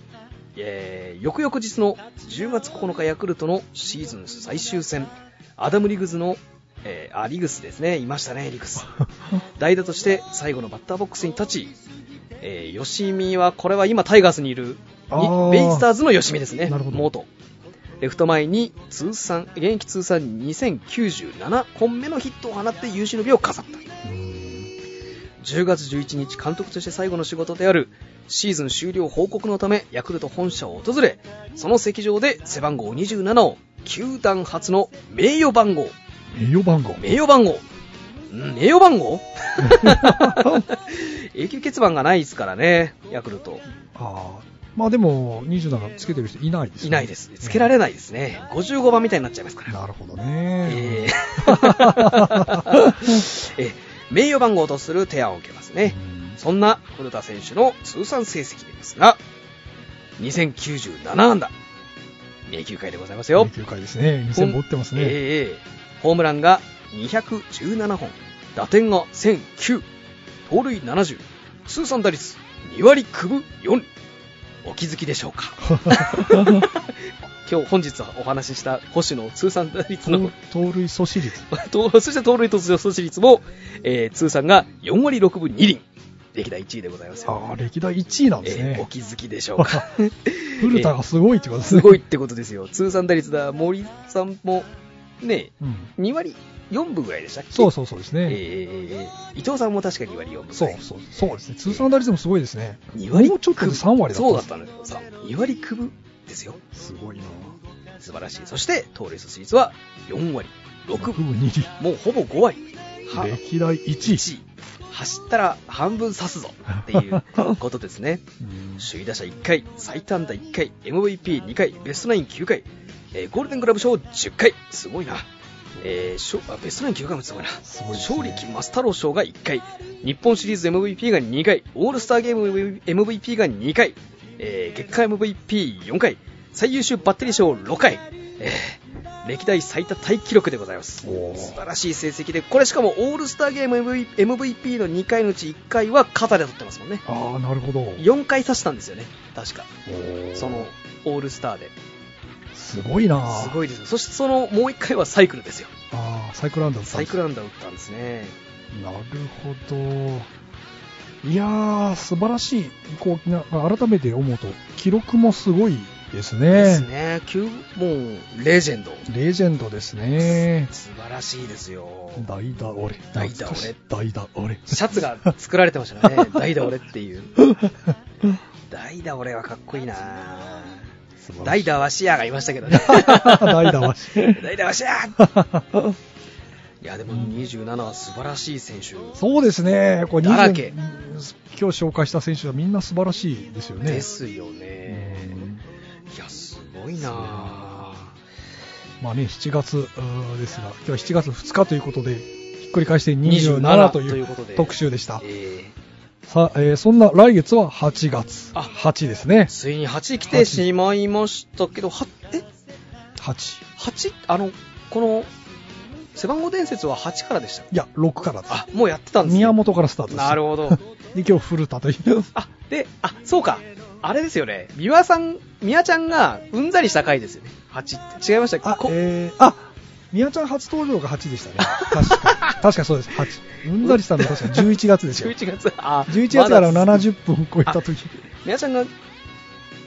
Speaker 3: えー、翌々日の10月9日ヤクルトのシーズン最終戦、アダム・リグズの、えーあ、リグスですね、いましたね、リ グス。代打として最後のバッターボックスに立ち、えー、吉見は、これは今タイガースにいる、
Speaker 2: あー
Speaker 3: いベイスターズの吉見ですね、
Speaker 2: なるほど
Speaker 3: 元。レフト前に通算、現役通算2097本目のヒットを放って優秀の美を飾った。
Speaker 2: うん
Speaker 3: 10月11日監督として最後の仕事であるシーズン終了報告のためヤクルト本社を訪れその席上で背番号27を球団初の名誉番号
Speaker 2: 名誉番号。
Speaker 3: 名誉番号ん名誉番号 永久欠番がないですからねヤクルト
Speaker 2: ああ。まあでも、27つけてる人いないです、
Speaker 3: いないですつけられないですね55番みたいになっちゃいますから
Speaker 2: なるほどね。
Speaker 3: えー え名誉番号とする提案を受けますね、
Speaker 2: うん
Speaker 3: そんな古田選手の通算成績ですが2097安打名球会でございますよ
Speaker 2: 9回ですね。2000本打ってます
Speaker 3: ええ
Speaker 2: ね。
Speaker 3: ええホームランが217本打点が1009盗塁70通算打率2割9分4お気づきでしょう か今日本日お話しした星野通算打率の
Speaker 2: 盗盗塁阻止率。
Speaker 3: 盗そして盗塁突如阻止率も、えー通算が4割6分2厘歴代1位でございますよ、
Speaker 2: ああ、歴代1位なんです
Speaker 3: えーお
Speaker 2: ね。
Speaker 3: 気づきでしょ うか
Speaker 2: 古田がすごいってことです
Speaker 3: す
Speaker 2: ね。
Speaker 3: ごいってことですよ通算打率だ森さんもね
Speaker 2: うん
Speaker 3: 2割4分ぐらいでしたっけ
Speaker 2: そうそうそうです
Speaker 3: えー
Speaker 2: ね。
Speaker 3: えーえー伊藤さんも確か2割4分ぐ
Speaker 2: そ
Speaker 3: ら
Speaker 2: う
Speaker 3: い
Speaker 2: そうそうですね。通算打率もすごいですね。
Speaker 3: 2割
Speaker 2: もうちょっとで3割だった
Speaker 3: そうだったんですよさ2割9分ですよ
Speaker 2: すごいな。
Speaker 3: 素晴らしいそして盗塁阻止率は4割6
Speaker 2: 6
Speaker 3: 分
Speaker 2: 分2
Speaker 3: もうほぼ5割
Speaker 2: 厘。歴代1
Speaker 3: 1走ったら半分刺すぞっていうことですね
Speaker 2: 位。うん
Speaker 3: 首位打者1回最短打1回 MVP2 回ベストナイン9回、えーゴールデングラブ賞10回すごいな、えー賞あベストナイン9回もすごいな
Speaker 2: すごいですね
Speaker 3: 勝利金マス太郎賞が1回日本シリーズ MVP が2回オールスターゲーム MVP が2回、えー月間 MVP4 回最優秀バッテリー賞6回、えー歴代最多タイ記録でございます
Speaker 2: おー
Speaker 3: 素晴らしい成績でこれしかもオールスターゲーム MV MVP の2回のうち1回は肩で取ってますもんね
Speaker 2: ああ、なるほど。
Speaker 3: 4回刺したんですよね確か
Speaker 2: おー
Speaker 3: そのオールスターです
Speaker 2: ごいな。
Speaker 3: すごいですよそしてそのもう1回はサイクルですよ
Speaker 2: ああ、サイクルアンダー
Speaker 3: サイクルアンダー打ったんですね
Speaker 2: なるほど。いやー、素晴らしい。こうな改めて思うと、記録もすごいです
Speaker 3: で
Speaker 2: ね
Speaker 3: す。ね急もうレジェンド
Speaker 2: レジェンドですね。
Speaker 3: 素晴らしいですよ
Speaker 2: 代打俺。
Speaker 3: 代打俺
Speaker 2: 代打俺。
Speaker 3: シャツが作られてました ね代打俺っていう代打俺はかっこいいな代打はシアがいましたけ どね
Speaker 2: 代 打は。
Speaker 3: 代打はシアいやでも27は素晴らしい選手
Speaker 2: そうですね。これ
Speaker 3: だらけ
Speaker 2: 20今日紹介した選手はみんな素晴らしいですよね。
Speaker 3: ですよね
Speaker 2: うん
Speaker 3: いやすごいなあ
Speaker 2: まあね、7月うーですが、今日は7月2日ということで、ひっくり返して
Speaker 3: 27
Speaker 2: 27と
Speaker 3: とい
Speaker 2: いうう
Speaker 3: ことで
Speaker 2: 特集でした。
Speaker 3: え
Speaker 2: さあ、えーそんな来月は8月。
Speaker 3: あ
Speaker 2: 8ですね
Speaker 3: ー。ついに8来てしまいましたけどはえ
Speaker 2: 8。
Speaker 3: 8あのこの背番号伝説は8からでした
Speaker 2: いや、6からです。
Speaker 3: あもうやってたんですね
Speaker 2: 宮本からスタートです。
Speaker 3: なるほど
Speaker 2: で、今日古田という。
Speaker 3: あであそうかあれですよね美輪さん美輪ちゃんがうんざりした回ですよね8って違いましたっけ
Speaker 2: あ、
Speaker 3: こ
Speaker 2: えー、あ宮ちゃん初登場が8でしたね。確か。確かそうです。8。うんざりしたのは確か11月ですよ。
Speaker 3: 11月あ
Speaker 2: 11月から
Speaker 3: まだ
Speaker 2: 70分を超えた時、
Speaker 3: 美輪ちゃんが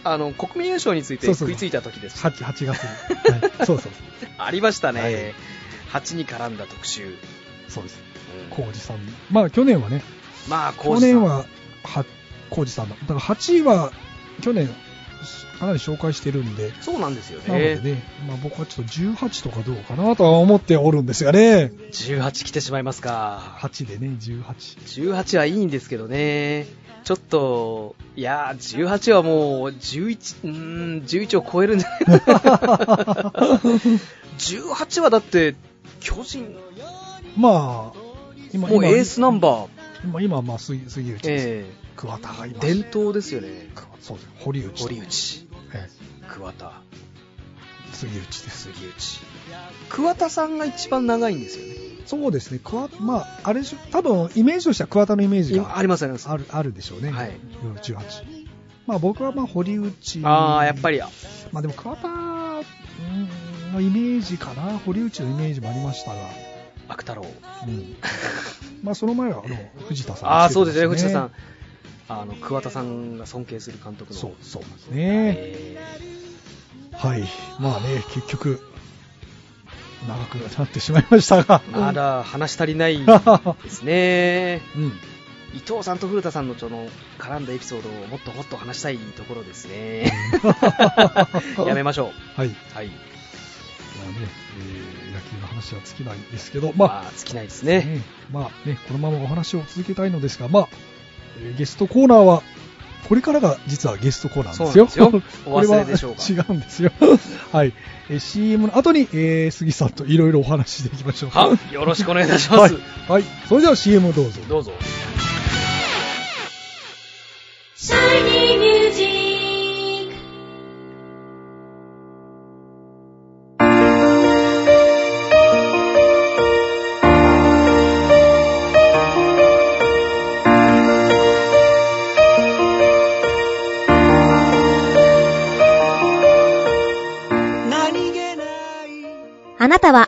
Speaker 3: あの国民優勝について
Speaker 2: そうそう
Speaker 3: 食いついた時です
Speaker 2: 8、8月に。はい、そう そう。
Speaker 3: ありましたね、
Speaker 2: はい
Speaker 3: 8に絡んだ特集、
Speaker 2: そうです。
Speaker 3: うん
Speaker 2: 浩二さん。まあ去年はね、
Speaker 3: まあこ
Speaker 2: 去
Speaker 3: う
Speaker 2: 年は、は、浩二さんの。だから8位は、去年、かなり紹介してるんで、
Speaker 3: そうなんですよ
Speaker 2: なので
Speaker 3: ね
Speaker 2: ね、まあ、僕はちょっと18とかどうかなとは思っておるんですがね、
Speaker 3: 18来てしまいますか
Speaker 2: 8でね、18。
Speaker 3: 18はいいんですけどねちょっといやー18はもう11うーん11を超えるんじゃない18はだって巨人
Speaker 2: まあ、今、
Speaker 3: もう
Speaker 2: 今
Speaker 3: エースナンバー、
Speaker 2: 今、今まあ、杉杉内です、
Speaker 3: え
Speaker 2: 桑田がい
Speaker 3: え
Speaker 2: ます。
Speaker 3: 伝統ですよね
Speaker 2: 桑そうです。堀内と。
Speaker 3: 堀内
Speaker 2: え
Speaker 3: 桑田
Speaker 2: え杉内です。
Speaker 3: 杉内桑田さんが一番長いんですよね
Speaker 2: そうですね、桑まあ、あれでしょ、多分、イメージとしては桑田のイメージ
Speaker 3: 今
Speaker 2: が
Speaker 3: ありますあります
Speaker 2: ある、あるでしょうね。
Speaker 3: はい。
Speaker 2: 18。まあ、僕はまあ、堀内。
Speaker 3: ああやっぱり
Speaker 2: まあでも桑田うんのイメージかな、堀内のイメージもありましたが、
Speaker 3: 悪太郎
Speaker 2: うん、まあその前はあの藤田さん、
Speaker 3: ああそうですね藤田さん。あの桑田さんが尊敬する監督の
Speaker 2: そうそうなんですね。
Speaker 3: え
Speaker 2: はい。まあね、結局、長くなってしまいましたが。
Speaker 3: ーまだ話し足りない
Speaker 2: うん。
Speaker 3: ですね
Speaker 2: うん
Speaker 3: 伊藤さんと古田さんのその絡んだエピソードをもっともっと話したいところです ね。やめましょ
Speaker 2: はい。ま
Speaker 3: う。は
Speaker 2: あ
Speaker 3: い。
Speaker 2: ね、えー野球の話は尽きないですけど、まあ、
Speaker 3: まあ、尽きないですね。
Speaker 2: ねまあね、このままお話を続けたいのですが、まあ、えーゲストコーナーは、これからが実はゲストコーナーなんですよ。
Speaker 3: そうなんで すよ
Speaker 2: これは
Speaker 3: お忘れでしょう
Speaker 2: 違うんですよ。 はい。えー CM の後に、えー杉さんといろいろお話ししていきましょう。
Speaker 3: は、よろしくお願いいたします。
Speaker 2: はい。はい。それでは CM どうぞ。
Speaker 3: どうぞ。
Speaker 1: Shiny Music! あなたは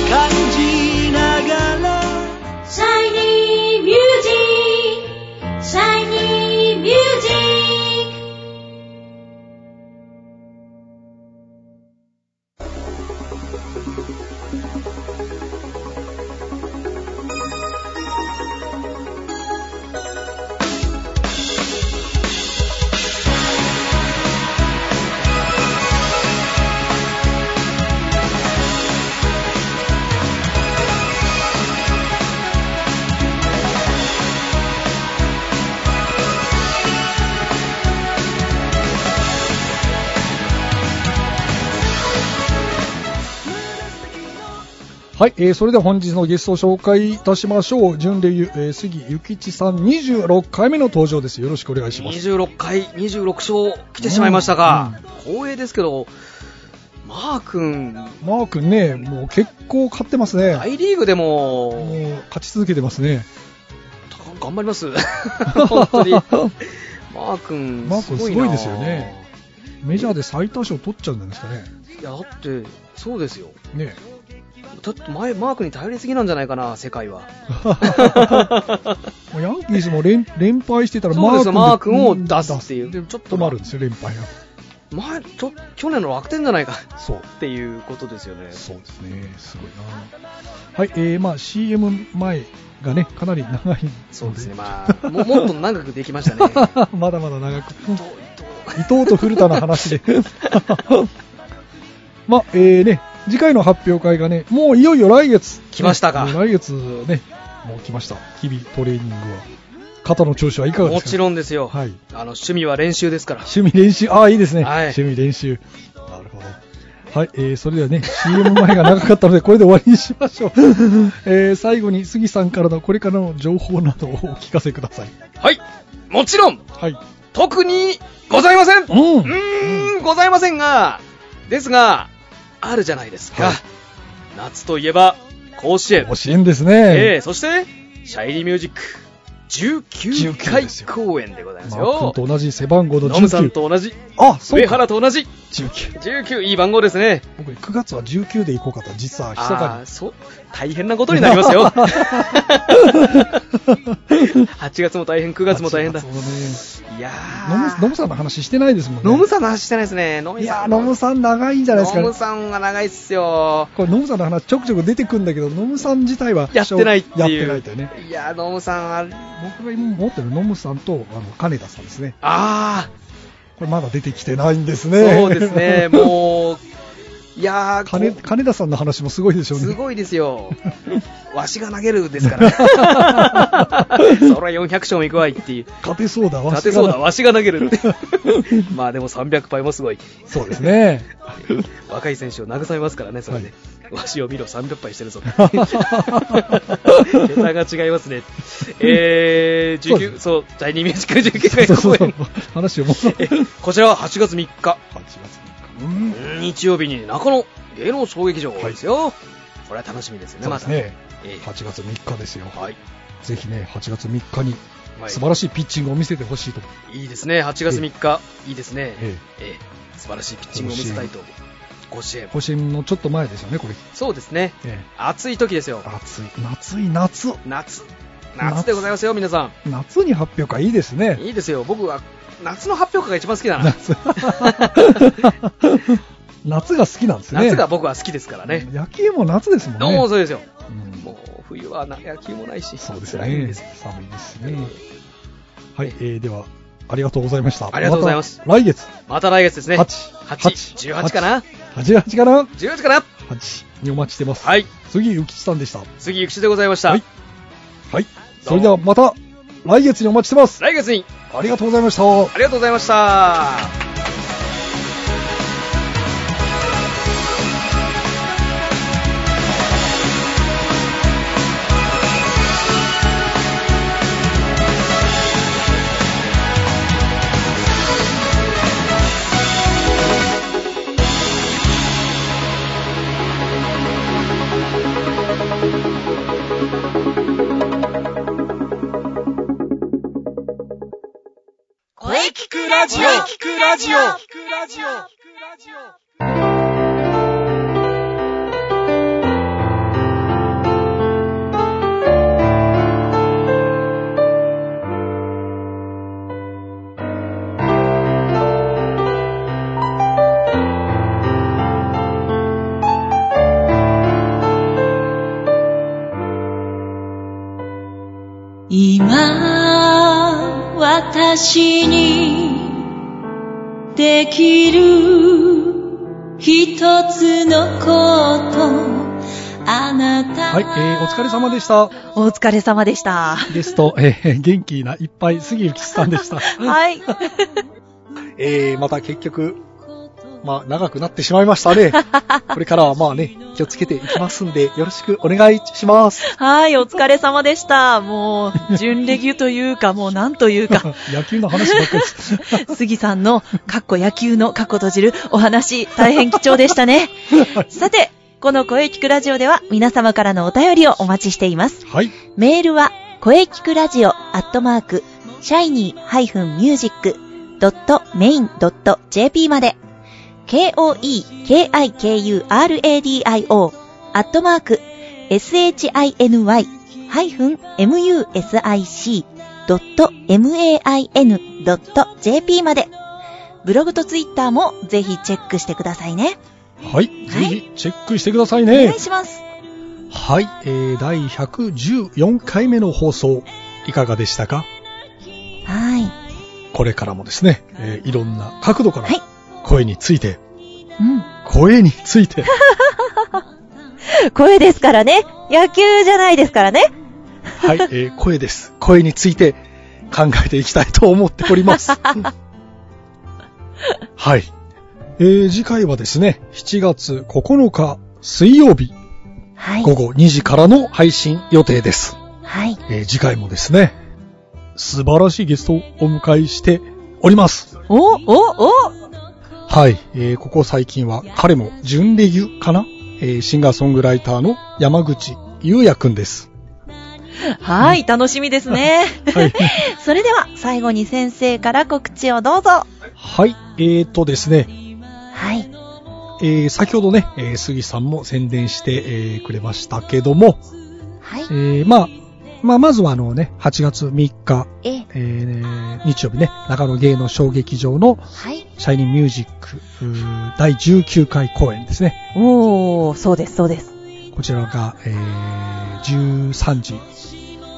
Speaker 5: 感じながら
Speaker 1: Shiny Music! Shiny Music!
Speaker 2: はい、えーそれでは本日のゲストを紹介いたしましょう。準レギュ、えー杉ゆきちさん26回目の登場です。よろしくお願いします。
Speaker 3: 26回、26勝来てしまいましたが、光栄ですけど、マー君、
Speaker 2: マー君ね、もう結構勝ってますね。
Speaker 3: 大リーグで
Speaker 2: も
Speaker 3: も、
Speaker 2: う勝ち続けてますね。
Speaker 3: た頑張ります。 本当に。マー君、
Speaker 2: マー君
Speaker 3: な
Speaker 2: すごいですよね。メジャーで最多勝取っちゃうんじゃないですかね。
Speaker 3: いや、だって、そうですよ。
Speaker 2: ね
Speaker 3: だって前、マー君に頼りすぎなんじゃないかな、世 界は。
Speaker 2: も うヤンキースも連連敗してたら
Speaker 3: そうですよ
Speaker 2: マ
Speaker 3: マ
Speaker 2: ー
Speaker 3: ー
Speaker 2: 君
Speaker 3: 君
Speaker 2: で
Speaker 3: を出すっていう
Speaker 2: でちょっと止まるんですよ、連敗が。
Speaker 3: 前、ちょ、去年の楽天じゃないかっ
Speaker 2: そう。
Speaker 3: ていうことですよね。
Speaker 2: そうですね、すごいな。はい、えー、まあ CM 前がね、かなり長い。
Speaker 3: そうですね、まあ、ももっと長くでき ましたね。
Speaker 2: まだまだ長く。伊藤と古田の話で。 まあ、えーね、次回の発表会がね、もういよいよ来月。
Speaker 3: 来ましたか
Speaker 2: ね来月ね、もう来ました。日々トレーニングは。肩の調子はいかがで
Speaker 3: も
Speaker 2: すか
Speaker 3: ちろんですよ。
Speaker 2: はい。
Speaker 3: あの、趣味は練習ですから。
Speaker 2: 趣味練習。ああ、いいですね。
Speaker 3: はい
Speaker 2: 趣味練習。なるほど。はい、えー、それではね、CM 前が長かったので、これで終わりにしましょう。 えー、最後に杉さんからのこれからの情報などをお聞かせください。
Speaker 3: はい。もちろん、
Speaker 2: はい。
Speaker 3: 特にございません。う
Speaker 2: うん
Speaker 3: ーん、ございませんが、ですが、あるじゃないですか。
Speaker 2: はい
Speaker 3: 夏といえば、甲子園
Speaker 2: 甲。子園です
Speaker 3: ええ
Speaker 2: ね。
Speaker 3: そして、シャイニーミュージック、19
Speaker 2: 19
Speaker 3: 回
Speaker 2: ですよ
Speaker 3: 公演でございます
Speaker 2: マー
Speaker 3: よ。
Speaker 2: 君と同じ背番号の
Speaker 3: ノムさん
Speaker 2: 19。
Speaker 3: と同じ、
Speaker 2: あ、そう
Speaker 3: 上
Speaker 2: か。
Speaker 3: 原と同じ、
Speaker 2: 19。
Speaker 3: 19、いい番号ですね。
Speaker 2: 僕ね、9月は19で行こうかと、実は、密
Speaker 3: あ
Speaker 2: か
Speaker 3: あ、そう、大変なことになります よ。8月も大変、9
Speaker 2: に。
Speaker 3: 月も大変だ。
Speaker 2: そうね。
Speaker 3: いや
Speaker 2: ノム、
Speaker 3: ー、
Speaker 2: ノムさんの話してないですもんね。
Speaker 3: ノムさんの話してないですね。ノム
Speaker 2: いや
Speaker 3: さ
Speaker 2: ー、
Speaker 3: ん
Speaker 2: ノムさん長いんじゃないですか
Speaker 3: ノ
Speaker 2: ね
Speaker 3: ム。さんが長いっすよ。
Speaker 2: これ、ノムさんの話ちょくちょく出てくんだけど、ノムさん自体は
Speaker 3: やってないっていう。
Speaker 2: やってないんだよね。
Speaker 3: いやー、ノムさんは、
Speaker 2: 僕が今持ってるノムさんと、あの、金田さんですね。
Speaker 3: ああ、
Speaker 2: これまだ出てきてないんですね。
Speaker 3: そうですね、もう、いやー、
Speaker 2: 金
Speaker 3: こ
Speaker 2: 金田さんの話もすごいでしょう
Speaker 3: す
Speaker 2: ね。
Speaker 3: ごいです よ。わしが投げるですから。そりゃ400勝もいくわいっていう。
Speaker 2: 勝てそうだわ。
Speaker 3: 勝てそうだ、
Speaker 2: わ。
Speaker 3: わしが投げるって。 まあでも300敗もすごい。
Speaker 2: そうです ね。
Speaker 3: 若い選手を慰めますからね、それで、わしを見ろ、300敗して るぞ、桁が違います ね、えー、
Speaker 2: そうで
Speaker 3: 19そう、第2ミュージカル19回公演、
Speaker 2: 話をもう。
Speaker 3: えこちらは8月3日、うん日曜日に中野芸能小劇場ですよ、これは楽しみですね、
Speaker 2: そう
Speaker 3: ま
Speaker 2: で
Speaker 3: た
Speaker 2: すね。
Speaker 3: えー
Speaker 2: 8月3日ですよ。
Speaker 3: はい
Speaker 2: ぜひね、8月3日に
Speaker 3: はい
Speaker 2: 素晴らしいピッチングを見せてほしいと。
Speaker 3: いいですね、8月3日、いいですね、
Speaker 2: え
Speaker 3: えー素晴らしいピッチングを見せたいと、甲子園、
Speaker 2: 甲子園のちょっと前ですよね、これ。
Speaker 3: そうですね、
Speaker 2: え
Speaker 3: 暑い時ですよ
Speaker 2: え、暑い。夏い、夏。
Speaker 3: 夏、夏でございますよ、皆さん。
Speaker 2: 夏に発表会いいですね。
Speaker 3: いいですよ、僕は夏の発表会が一番好きだな、
Speaker 2: 夏 夏が好きなんですね。
Speaker 3: 夏が僕は好きですからね、
Speaker 2: 野球も夏ですもんね。
Speaker 3: どうもそうですよ、
Speaker 2: うん
Speaker 3: もう冬はな野球もないし、
Speaker 2: そうです
Speaker 3: 辛いん
Speaker 2: ね
Speaker 3: です。
Speaker 2: 寒いですね。はい、えー、では、ありがとうございました。
Speaker 3: ありがとうございます
Speaker 2: た来月、
Speaker 3: また来月ですね、
Speaker 2: 8、
Speaker 3: 8、18かな、
Speaker 2: ?18 かな
Speaker 3: 18かな、
Speaker 2: ?8 にお待ちしてます。
Speaker 3: はい、
Speaker 2: 次、ゆきちさんでした。
Speaker 3: 次、ゆきちでございました、
Speaker 2: はいはい。それではまた、来月にお待ちしてます。
Speaker 3: 来月に
Speaker 2: ありがとうございました。
Speaker 3: ありがとうございました。
Speaker 5: 声聞くラジオ聞くラジオ今私にできる一つのことあなた
Speaker 2: はい、えー、お疲れ様でした。
Speaker 6: お疲れ様でした。
Speaker 2: ゲス ト、えー、元気ないっぱい、杉ゆきちさんで した。
Speaker 6: はい。
Speaker 2: えー、また結局、まあ、長くなってしまいました ね。これからはまあね、気をつけていきますんで、よろしくお願いします。
Speaker 6: はい、お疲れ様でした。もう、準レギュというか、もうなんという か、
Speaker 2: 野球の話ばっかりです。
Speaker 6: 杉さんの、かっこ野球のかっこ閉じるお話、大変貴重でしたね。さて、この声聞くラジオでは、皆様からのお便りをお待ちしています。
Speaker 2: はい、
Speaker 6: メールは、声聞くラジオアットマーク、shiny-music.main.jp まで、k-o-e-k-i-k-u-r-a-d-i-o アットマーク、shiny-music.main.jp まで、ブログとツイッターもぜひチェックしてくださいね。
Speaker 2: はい、ぜひチェックしてくださいね。
Speaker 6: お願いします。
Speaker 2: はい、えー、第114回目の放送、いかがでしたか
Speaker 6: はい。
Speaker 2: これからもですね、えーいろんな角度から
Speaker 6: はい、
Speaker 2: 声について、
Speaker 6: うん。
Speaker 2: 声につい て、
Speaker 6: 声ですからね。野球じゃないですからね。
Speaker 2: はい、えー声です。声について考えていきたいと思っており ます。はい。えー次回はですね、7月9日水曜日
Speaker 6: はい。
Speaker 2: 午後2時からの配信予定です。
Speaker 6: はい。
Speaker 2: えー次回もですね、素晴らしいゲストをお迎えしております。
Speaker 6: お、お、お
Speaker 2: はい、えーここ最近は彼も準レギュかな、えーシンガーソングライターの山口優也くんです。
Speaker 6: はい、楽しみですね。
Speaker 2: はい。
Speaker 6: それでは、最後に先生から告知をどうぞ。
Speaker 2: はい、えーとですね、
Speaker 6: はい。
Speaker 2: えー先ほどね、えー杉さんも宣伝して、えーくれましたけども、
Speaker 6: はい。
Speaker 2: えーまあ、まあ、まずはあのね、8月3日、
Speaker 6: え、
Speaker 2: えー日曜日ね、中野芸能小劇場の
Speaker 6: はい。
Speaker 2: シャイニーミュージックうー第19回公演ですね。
Speaker 6: おー、そうです、そうです。
Speaker 2: こちらが、えー13時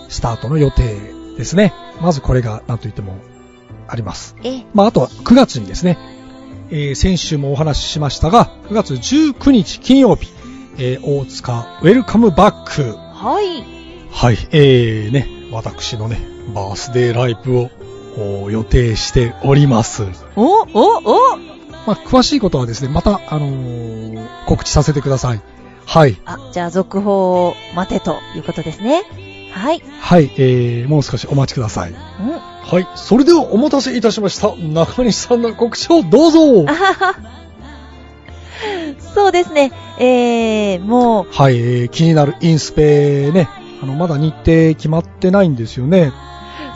Speaker 2: スタートの予定ですね。まずこれが何と言ってもあります。
Speaker 6: え、
Speaker 2: まあ、あとは9月にですね、えー先週もお話ししましたが、9月19日金曜日、えー大塚ウェルカムバック。
Speaker 6: はい。
Speaker 2: はい、えー、ね、私のね、バースデーライブをお予定しております。
Speaker 6: お、お、お、
Speaker 2: まあ、詳しいことはですね、また、あのー告知させてください。はい。
Speaker 6: あ、じゃあ続報を待てということですね。はい。
Speaker 2: はい、えー、もう少しお待ちください。
Speaker 6: うん。あ
Speaker 2: はい、それではお待たせいたしました。中西さんの告知をどうぞ
Speaker 6: はは。 そうですね。えー、もう、
Speaker 2: はい、えー、気になるインスペね、あの、まだ日程決まってないんですよね。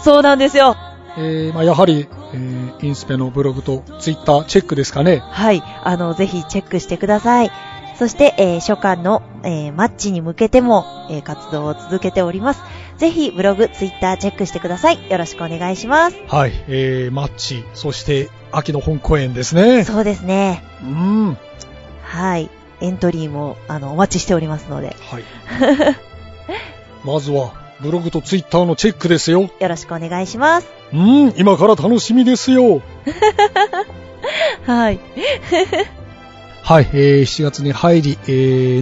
Speaker 6: そうなんですよ。
Speaker 2: えー、まあ、やはり、えー、インスペのブログとツイッターチェックですかね。
Speaker 6: はい。あの、ぜひチェックしてください。そして、えー、初夏の、えーマッチに向けても、えー活動を続けております。ぜひ、ブログ、ツイッターチェックしてください。よろしくお願いします。
Speaker 2: はい、えー、マッチ、そして、秋の本公演ですね。
Speaker 6: そうですね。
Speaker 2: うん。は
Speaker 6: はい。エントリーも、あの、お待ちしておりますので、
Speaker 2: い。まずは、ブログとツイッターのチェックですよ。
Speaker 6: よろしくお願いします。
Speaker 2: うん、今から楽しみですよ。
Speaker 6: はい。
Speaker 2: はい、えー、7月に入り、え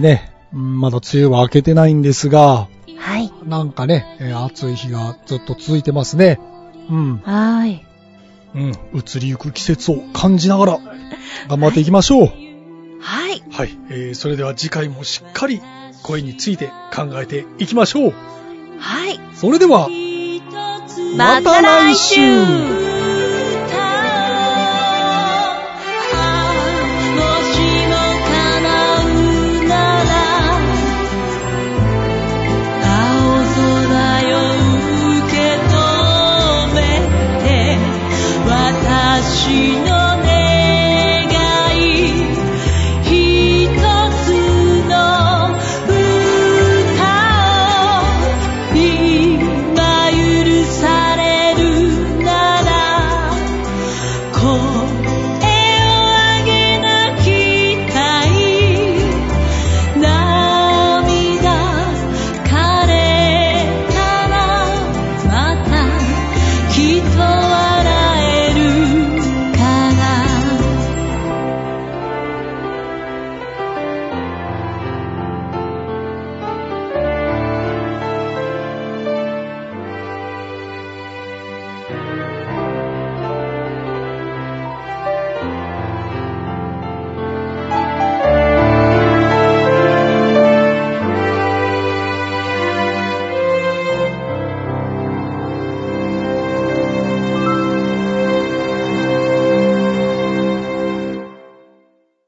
Speaker 2: ー、ね、うんまだ梅雨は明けてないんですが、
Speaker 6: はい。
Speaker 2: なんかね、えー暑い日がずっと続いてますね。うん、
Speaker 6: はい。
Speaker 2: うん、移りゆく季節を感じながら、頑張っていきましょう。
Speaker 6: はい。
Speaker 2: はい、えー、それでは次回もしっかり声について考えていきましょう。
Speaker 6: はい。
Speaker 2: それでは、
Speaker 6: また来週
Speaker 7: 今許されるならこ